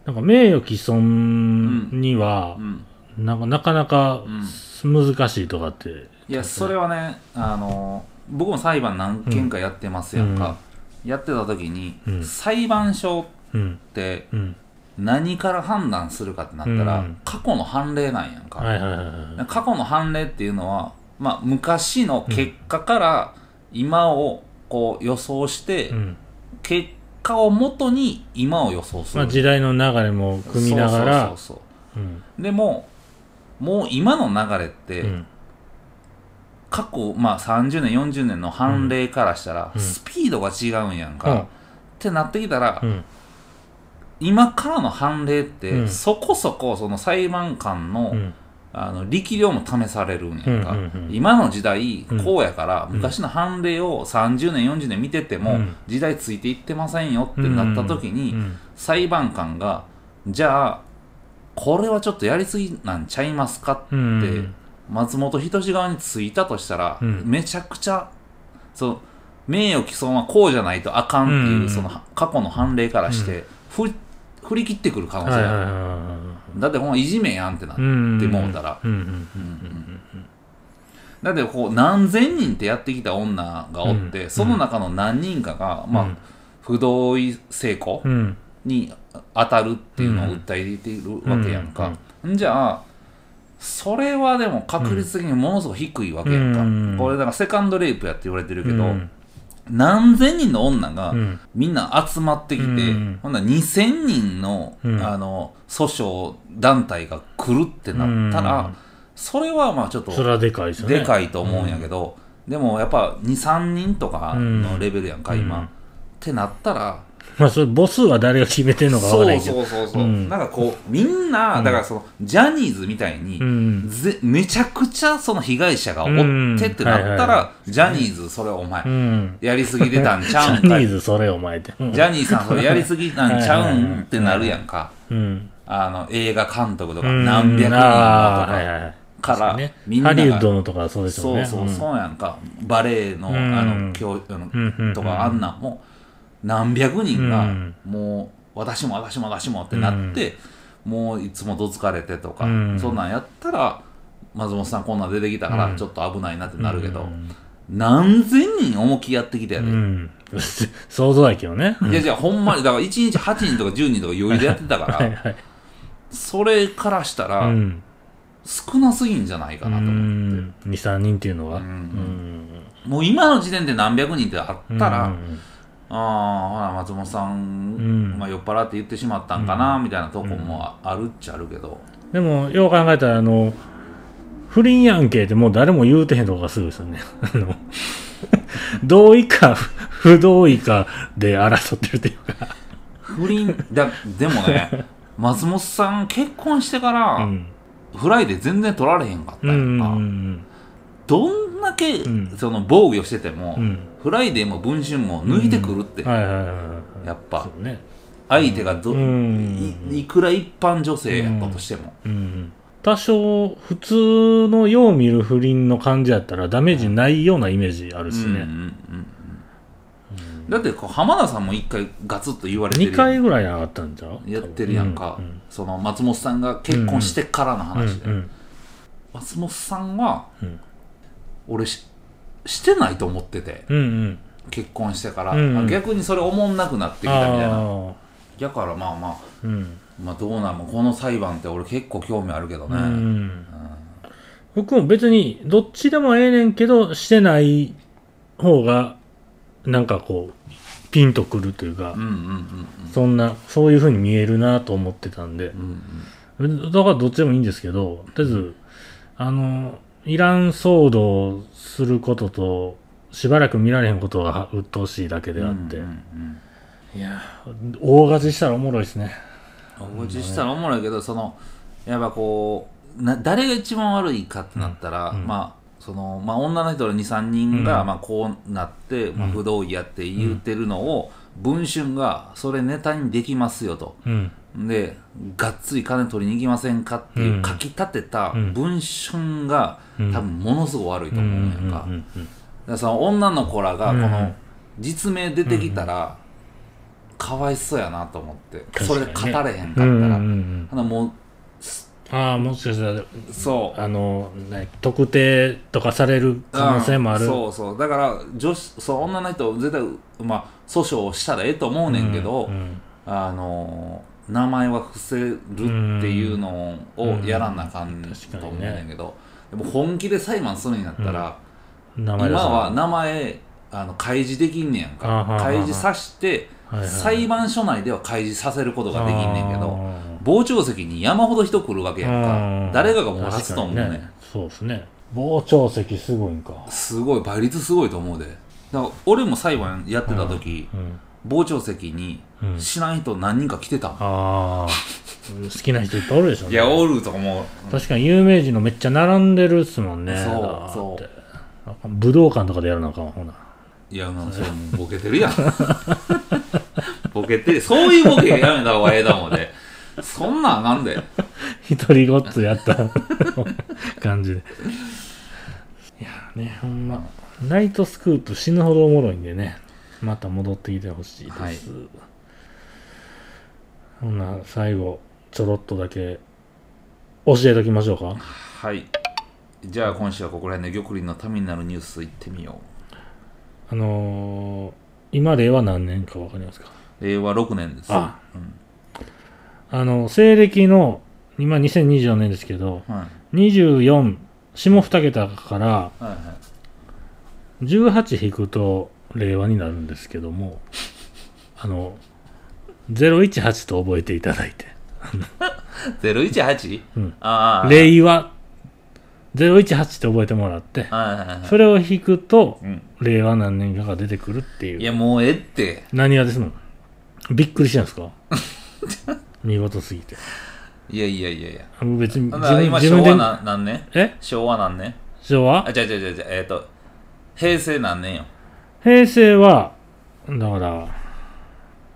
Speaker 2: なんか名誉毀損には
Speaker 1: う、ん
Speaker 2: なんかなかなか難しいとかって、
Speaker 1: いやそれはねあの僕も裁判何件かやってますやんか、やってた時に、
Speaker 2: うん
Speaker 1: 裁判所っ
Speaker 2: うん
Speaker 1: て
Speaker 2: うん
Speaker 1: 何から判断するかってなったら、
Speaker 2: うん
Speaker 1: 過去の判例なんやんか、
Speaker 2: はいはいはいはい
Speaker 1: 過去の判例っていうのは、まあ、昔の結果から今をこう予想して、
Speaker 2: うん
Speaker 1: 結果をもとに今を予想す
Speaker 2: ま
Speaker 1: る、
Speaker 2: あ時代の流れも組みながら
Speaker 1: そうそうそうそう
Speaker 2: うん
Speaker 1: でももう今の流れって、
Speaker 2: うん
Speaker 1: 過去、まあ、30年40年の判例からしたら、
Speaker 2: うん
Speaker 1: スピードが違うんやんか、
Speaker 2: う
Speaker 1: っ
Speaker 2: ん
Speaker 1: てなってきたら、
Speaker 2: うん
Speaker 1: 今からの判例って、
Speaker 2: うん
Speaker 1: そこそこその裁判官の,、
Speaker 2: うん
Speaker 1: あの力量も試されるんやんか、
Speaker 2: うんうんうん
Speaker 1: 今の時代
Speaker 2: うん
Speaker 1: こうやから、
Speaker 2: うん
Speaker 1: 昔の判例を30年40年見てても、
Speaker 2: うん
Speaker 1: 時代ついていってませんよってなった時に、
Speaker 2: うん
Speaker 1: 裁判官がじゃあこれはちょっとやりすぎなんちゃいますかって
Speaker 2: うん
Speaker 1: 松本人志側についたとしたら、
Speaker 2: うん
Speaker 1: めちゃくちゃその名誉毀損はこうじゃないとあかんっていう、
Speaker 2: うん
Speaker 1: その過去の判例からして、ふ振り切ってくる可能性
Speaker 2: はいはい
Speaker 1: があ
Speaker 2: は
Speaker 1: る
Speaker 2: いは
Speaker 1: だってほんまいじめやんってなって、
Speaker 2: いうん
Speaker 1: ってもうたら
Speaker 2: うんうん
Speaker 1: うんうんだってこう何千人ってやってきた女がおって、
Speaker 2: うん
Speaker 1: その中の何人かが、まあ、
Speaker 2: うん
Speaker 1: 不同意性交、
Speaker 2: うん
Speaker 1: に当たるっていうのを訴えているわけやんか、じゃあそれはでも確率的にものすごく低いわけやんか、
Speaker 2: うん
Speaker 1: これだからセカンドレイプやって言われてるけど、
Speaker 2: うん
Speaker 1: 何千人の女が
Speaker 2: うん
Speaker 1: みんな集まってきて、
Speaker 2: うん
Speaker 1: ほんなら2000人の,、
Speaker 2: うん
Speaker 1: あの訴訟団体が来るってなったら、
Speaker 2: うん
Speaker 1: それはまあちょっと
Speaker 2: それはでかいですよね
Speaker 1: でかいと思うんやけど、でもやっぱ23人とかのレベルやんか、今、
Speaker 2: うん
Speaker 1: ってなったら
Speaker 2: まあそれ母数は誰が決めてんのかわからないけど
Speaker 1: そうそうそうそう、
Speaker 2: うん
Speaker 1: なんかこうみんな、
Speaker 2: うん
Speaker 1: だからそのジャニーズみたいに、
Speaker 2: うん
Speaker 1: ぜめちゃくちゃその被害者がおってってなったら、
Speaker 2: うんはいは
Speaker 1: ジャニーズそれお前、
Speaker 2: うん
Speaker 1: やりすぎてたんち
Speaker 2: ジ
Speaker 1: ゃ
Speaker 2: ャ
Speaker 1: うんか
Speaker 2: ニ
Speaker 1: い
Speaker 2: ーズそれお前ってうん
Speaker 1: ジャニーさんそれやりすぎなんちゃう
Speaker 2: はいはいはい
Speaker 1: んってなるやんか
Speaker 2: うん
Speaker 1: あの映画監督とか
Speaker 2: うん
Speaker 1: 何百人と
Speaker 2: あー
Speaker 1: か
Speaker 2: はいはいはい
Speaker 1: から、
Speaker 2: ね
Speaker 1: みん
Speaker 2: ハ
Speaker 1: な
Speaker 2: リウッ
Speaker 1: が
Speaker 2: ドのとかそうですよ
Speaker 1: そう
Speaker 2: ね
Speaker 1: そうそうやんか、バレエの,、
Speaker 2: うん
Speaker 1: あの教あの
Speaker 2: うんうん
Speaker 1: とかあんなんも何百人が
Speaker 2: うん
Speaker 1: もう私も私も私もってなってもういつもどつかれてとか
Speaker 2: うん
Speaker 1: そんなんやったら松本さんこんなん出てきたか
Speaker 2: う
Speaker 1: ら
Speaker 2: ん
Speaker 1: ちょっと危ないなってなるけ
Speaker 2: う
Speaker 1: ど
Speaker 2: ん
Speaker 1: 何千人重きやってきたや
Speaker 2: う
Speaker 1: で。
Speaker 2: ん 想像やけどね
Speaker 1: いやじゃあほんまにだから1日8人とか10人とか余裕でやってたか
Speaker 2: はい
Speaker 1: ら
Speaker 2: はい
Speaker 1: それからした
Speaker 2: う
Speaker 1: ら
Speaker 2: ん
Speaker 1: 少なすぎんじゃないかなと思って
Speaker 2: 23人っていうのは
Speaker 1: う
Speaker 2: うんん
Speaker 1: もう今の時点で何百人ってあった
Speaker 2: う
Speaker 1: ら
Speaker 2: ん
Speaker 1: ああほら松本さん、
Speaker 2: うん
Speaker 1: まあ、酔っ払って言ってしまったんかな、みたいなとこもああるっちゃあるけど、
Speaker 2: でもよう考えたらあの不倫やんけってもう誰も言うてへんとこがすごいですよねあの同意か不同意かで争ってるっていうか
Speaker 1: 不倫だでもね松本さん結婚してから、
Speaker 2: うん
Speaker 1: フライで全然取られへんかった
Speaker 2: う
Speaker 1: やん
Speaker 2: ん
Speaker 1: か、
Speaker 2: うん
Speaker 1: どんだけ、
Speaker 2: ん
Speaker 1: その防御してても、
Speaker 2: うん
Speaker 1: フライデーも文春も抜いてくるって、
Speaker 2: はいはいはいはい
Speaker 1: やっぱ
Speaker 2: そうね
Speaker 1: 相手がど、
Speaker 2: うん
Speaker 1: いいくら一般女性やったとしても、
Speaker 2: うん多少普通のよう見る不倫の感じやったらダメージないようなイメージあるし
Speaker 1: うんうん
Speaker 2: ね、
Speaker 1: うんうんだってこう浜田さんも一回ガツッと言われて
Speaker 2: 二
Speaker 1: る
Speaker 2: 2回ぐらいなかったんじゃう
Speaker 1: やってるやんか、
Speaker 2: うんうん
Speaker 1: その松本さんが結婚してからの話で、
Speaker 2: うんうん
Speaker 1: 松本さんは
Speaker 2: うん
Speaker 1: 俺ししてないと思ってて
Speaker 2: うんうん
Speaker 1: 結婚してから、
Speaker 2: うんうん
Speaker 1: 逆にそれおもんなくなってきたみたいな
Speaker 2: あ
Speaker 1: だからまあまあ
Speaker 2: あうん
Speaker 1: まあどうなんもこの裁判って俺結構興味あるけどね、
Speaker 2: う
Speaker 1: うん
Speaker 2: ん僕も別にどっちでもええねんけどしてない方がなんかこうピンとくるというか、
Speaker 1: うんうん
Speaker 2: そんなそういう風に見えるなと思ってたんで
Speaker 1: うんうんうん
Speaker 2: だからどっちでもいいんですけどとりあえずあのイラン騒動をすることとしばらく見られへんことが鬱陶しいだけであって、
Speaker 1: うんうん
Speaker 2: いや大勝ちしたらおもろいですね
Speaker 1: うんおうちしたらおもろいけどそのやっぱこうな誰が一番悪いかってなったら、
Speaker 2: うんうん
Speaker 1: まあそのまあ、女の人の23人が、
Speaker 2: うん
Speaker 1: まあ、こうなって、まあ、
Speaker 2: うん
Speaker 1: 不同意やって言うてるのを、文春がそれネタにできますよと、
Speaker 2: うん
Speaker 1: で、がっつり金取りに行きませんかっていう書き立てた
Speaker 2: うん
Speaker 1: 文春が、
Speaker 2: うん
Speaker 1: 多分ものすごい悪いと思うんやんか。
Speaker 2: うんうん
Speaker 1: だからその女の子らがこ
Speaker 2: う
Speaker 1: の
Speaker 2: ん
Speaker 1: 実名出てきたら、かわいそうやなと思って、
Speaker 2: 確
Speaker 1: そ
Speaker 2: かに
Speaker 1: れ
Speaker 2: ね
Speaker 1: で語れへんかった
Speaker 2: う
Speaker 1: ら。
Speaker 2: んうんうんうん
Speaker 1: ほなもう、
Speaker 2: ああもしかしたら
Speaker 1: そう。
Speaker 2: あの、ね、特定とかされる可能性もある、
Speaker 1: うんそうそう。だから、女子、そう、女の人、絶対、まあ、訴訟をしたらええと思うねんけど、
Speaker 2: うん
Speaker 1: あのー名前は伏せるっていうのをやらなあかん
Speaker 2: うん確かにね
Speaker 1: と思うんだけど、でも本気で裁判するんやったら、
Speaker 2: うん名前出
Speaker 1: 今
Speaker 2: さない
Speaker 1: は名前あの開示できんねやん
Speaker 2: あはは
Speaker 1: か
Speaker 2: は
Speaker 1: 開示さして、
Speaker 2: はいはい
Speaker 1: 裁判所内では開示させることができんねんけど
Speaker 2: あ
Speaker 1: 傍聴席に山ほど人来るわけ
Speaker 2: ー
Speaker 1: やんか
Speaker 2: うん
Speaker 1: 誰かがもう勝つと思うね
Speaker 2: 確かにそうですね傍聴席すごいんか
Speaker 1: すごい倍率すごいと思うでだから俺も裁判やってた時、
Speaker 2: うん
Speaker 1: 傍聴席に
Speaker 2: うん
Speaker 1: 知らん人何人か来てたもん、
Speaker 2: ああ好きな人いっぱいおるでしょ、ね、
Speaker 1: いやおると思う
Speaker 2: 確かに有名人のめっちゃ並んでるっすもんね
Speaker 1: そう
Speaker 2: だーって
Speaker 1: そう
Speaker 2: あかん武道館とかでやるのかもほない
Speaker 1: や、なんかそれもうボケてるやん。 ボケて、そういうボケやめた方がええだもんね。そんなんあかんで。
Speaker 2: 一人ごっつやった 感じで。いやーね、ほんま、ナイトスクープ死ぬほどおもろいんでね、また戻ってきてほしいです。
Speaker 1: はい
Speaker 2: ほんな、最後、ちょろっとだけ、教えときましょうか。
Speaker 1: はい。じゃあ今週はここら辺で玉林の民になるニュースいってみよ
Speaker 2: あのー、今令和何年かわかりますか
Speaker 1: う。令和6年です。
Speaker 2: あ
Speaker 1: うん
Speaker 2: あの、西暦の、今2024年ですけど、
Speaker 1: はい。
Speaker 2: 24、下二桁から、
Speaker 1: はいはい。
Speaker 2: 18引くと令和になるんですけども あの018と覚えていただいて
Speaker 1: 018?
Speaker 2: うん
Speaker 1: ああ。
Speaker 2: 令和018と覚えてもらって
Speaker 1: はいはいはい。
Speaker 2: それを引くと
Speaker 1: うん。
Speaker 2: 令和何年かが出てくるって
Speaker 1: い
Speaker 2: いう
Speaker 1: や、もうええって。
Speaker 2: 何がですのびっくりしたんで すか見事すぎて
Speaker 1: いやいやいやいや。
Speaker 2: あの別に
Speaker 1: だ
Speaker 2: 自
Speaker 1: から
Speaker 2: 分
Speaker 1: 今
Speaker 2: 自
Speaker 1: 昭
Speaker 2: 分
Speaker 1: 和
Speaker 2: で
Speaker 1: な何年
Speaker 2: え
Speaker 1: 昭和何年
Speaker 2: 昭和
Speaker 1: あ、違う違う違う違う。えっと、平成何年よ。
Speaker 2: 平成はだから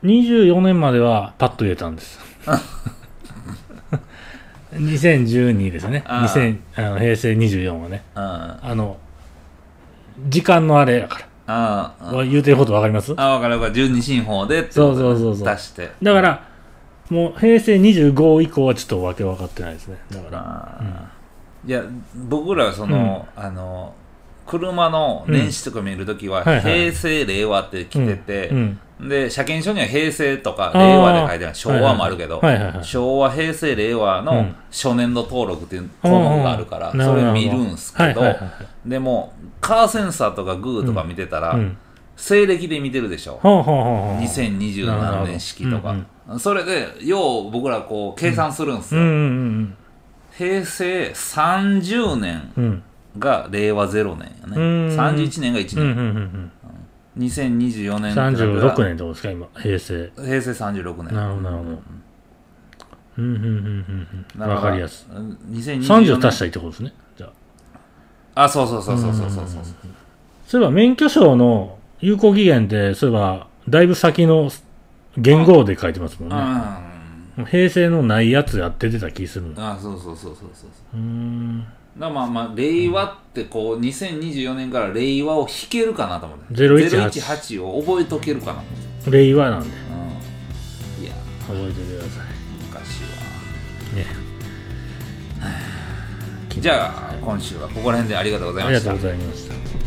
Speaker 2: 24年まではパッと入れたんです 2012ですね
Speaker 1: ああ
Speaker 2: 2000あの平成24はね
Speaker 1: うん。あ
Speaker 2: あの時間のあれやか
Speaker 1: あ。
Speaker 2: ら、わ言うてることわかりますだか
Speaker 1: あ、わかるわかる。十二進法で、
Speaker 2: そうそうそうそう
Speaker 1: 足して。
Speaker 2: らもう平成25以降はちょっとわけ分かってないですねだから
Speaker 1: あーいや、僕らはその、あの、車の年始とか見るときは、
Speaker 2: うんはいはい
Speaker 1: 平成、令和って来てて、
Speaker 2: うん
Speaker 1: で、車検証には平成とか
Speaker 2: あー
Speaker 1: 令和で書いてある。昭和もあるけど、
Speaker 2: はいはいはいはい
Speaker 1: 昭和、平成、令和
Speaker 2: う
Speaker 1: の
Speaker 2: ん
Speaker 1: 初年度登録っていう項目があるから、
Speaker 2: うんうん
Speaker 1: それ見るんすけど
Speaker 2: なるほどはいはいはいは、
Speaker 1: でも、カーセンサーとかグーとか見てたら、
Speaker 2: うん
Speaker 1: 西暦で見てるでしょ。
Speaker 2: ほうほうほうほう
Speaker 1: 2020何年式とか、
Speaker 2: なる
Speaker 1: それでよう僕らこう計算するんです
Speaker 2: うん
Speaker 1: よ、
Speaker 2: うんうん
Speaker 1: 平成30年
Speaker 2: うんうん
Speaker 1: が令和0年やね
Speaker 2: うん
Speaker 1: 31年が
Speaker 2: う
Speaker 1: 1
Speaker 2: ん
Speaker 1: 年、
Speaker 2: うんうん
Speaker 1: 2024
Speaker 2: うん
Speaker 1: 年が
Speaker 2: 36年ってことですか今平成
Speaker 1: 平成36年
Speaker 2: なるほどなるほどうんうんうんうん
Speaker 1: だ
Speaker 2: わかりやす
Speaker 1: い
Speaker 2: い30足したいってことですねじゃあ
Speaker 1: あそうそうそうそうそうそうそう
Speaker 2: そういえば免許証の有効期限ってそういえばだいぶ先の元号で書いてますもん
Speaker 1: うん
Speaker 2: ね、
Speaker 1: あ
Speaker 2: もう平成のないやつやって出た気するのう
Speaker 1: そうそうそうそうそう
Speaker 2: ーん
Speaker 1: だからまあまあ令和ってこう2024年から令和を引けるかなと思って
Speaker 2: 018
Speaker 1: 018を覚えとけるかな、
Speaker 2: 令和なんで
Speaker 1: うん、いや
Speaker 2: 覚えておいてくださ
Speaker 1: 昔はい
Speaker 2: ね
Speaker 1: じゃあ今週はここら辺でありがとうござい
Speaker 2: あ
Speaker 1: ま
Speaker 2: りが
Speaker 1: した
Speaker 2: とうございました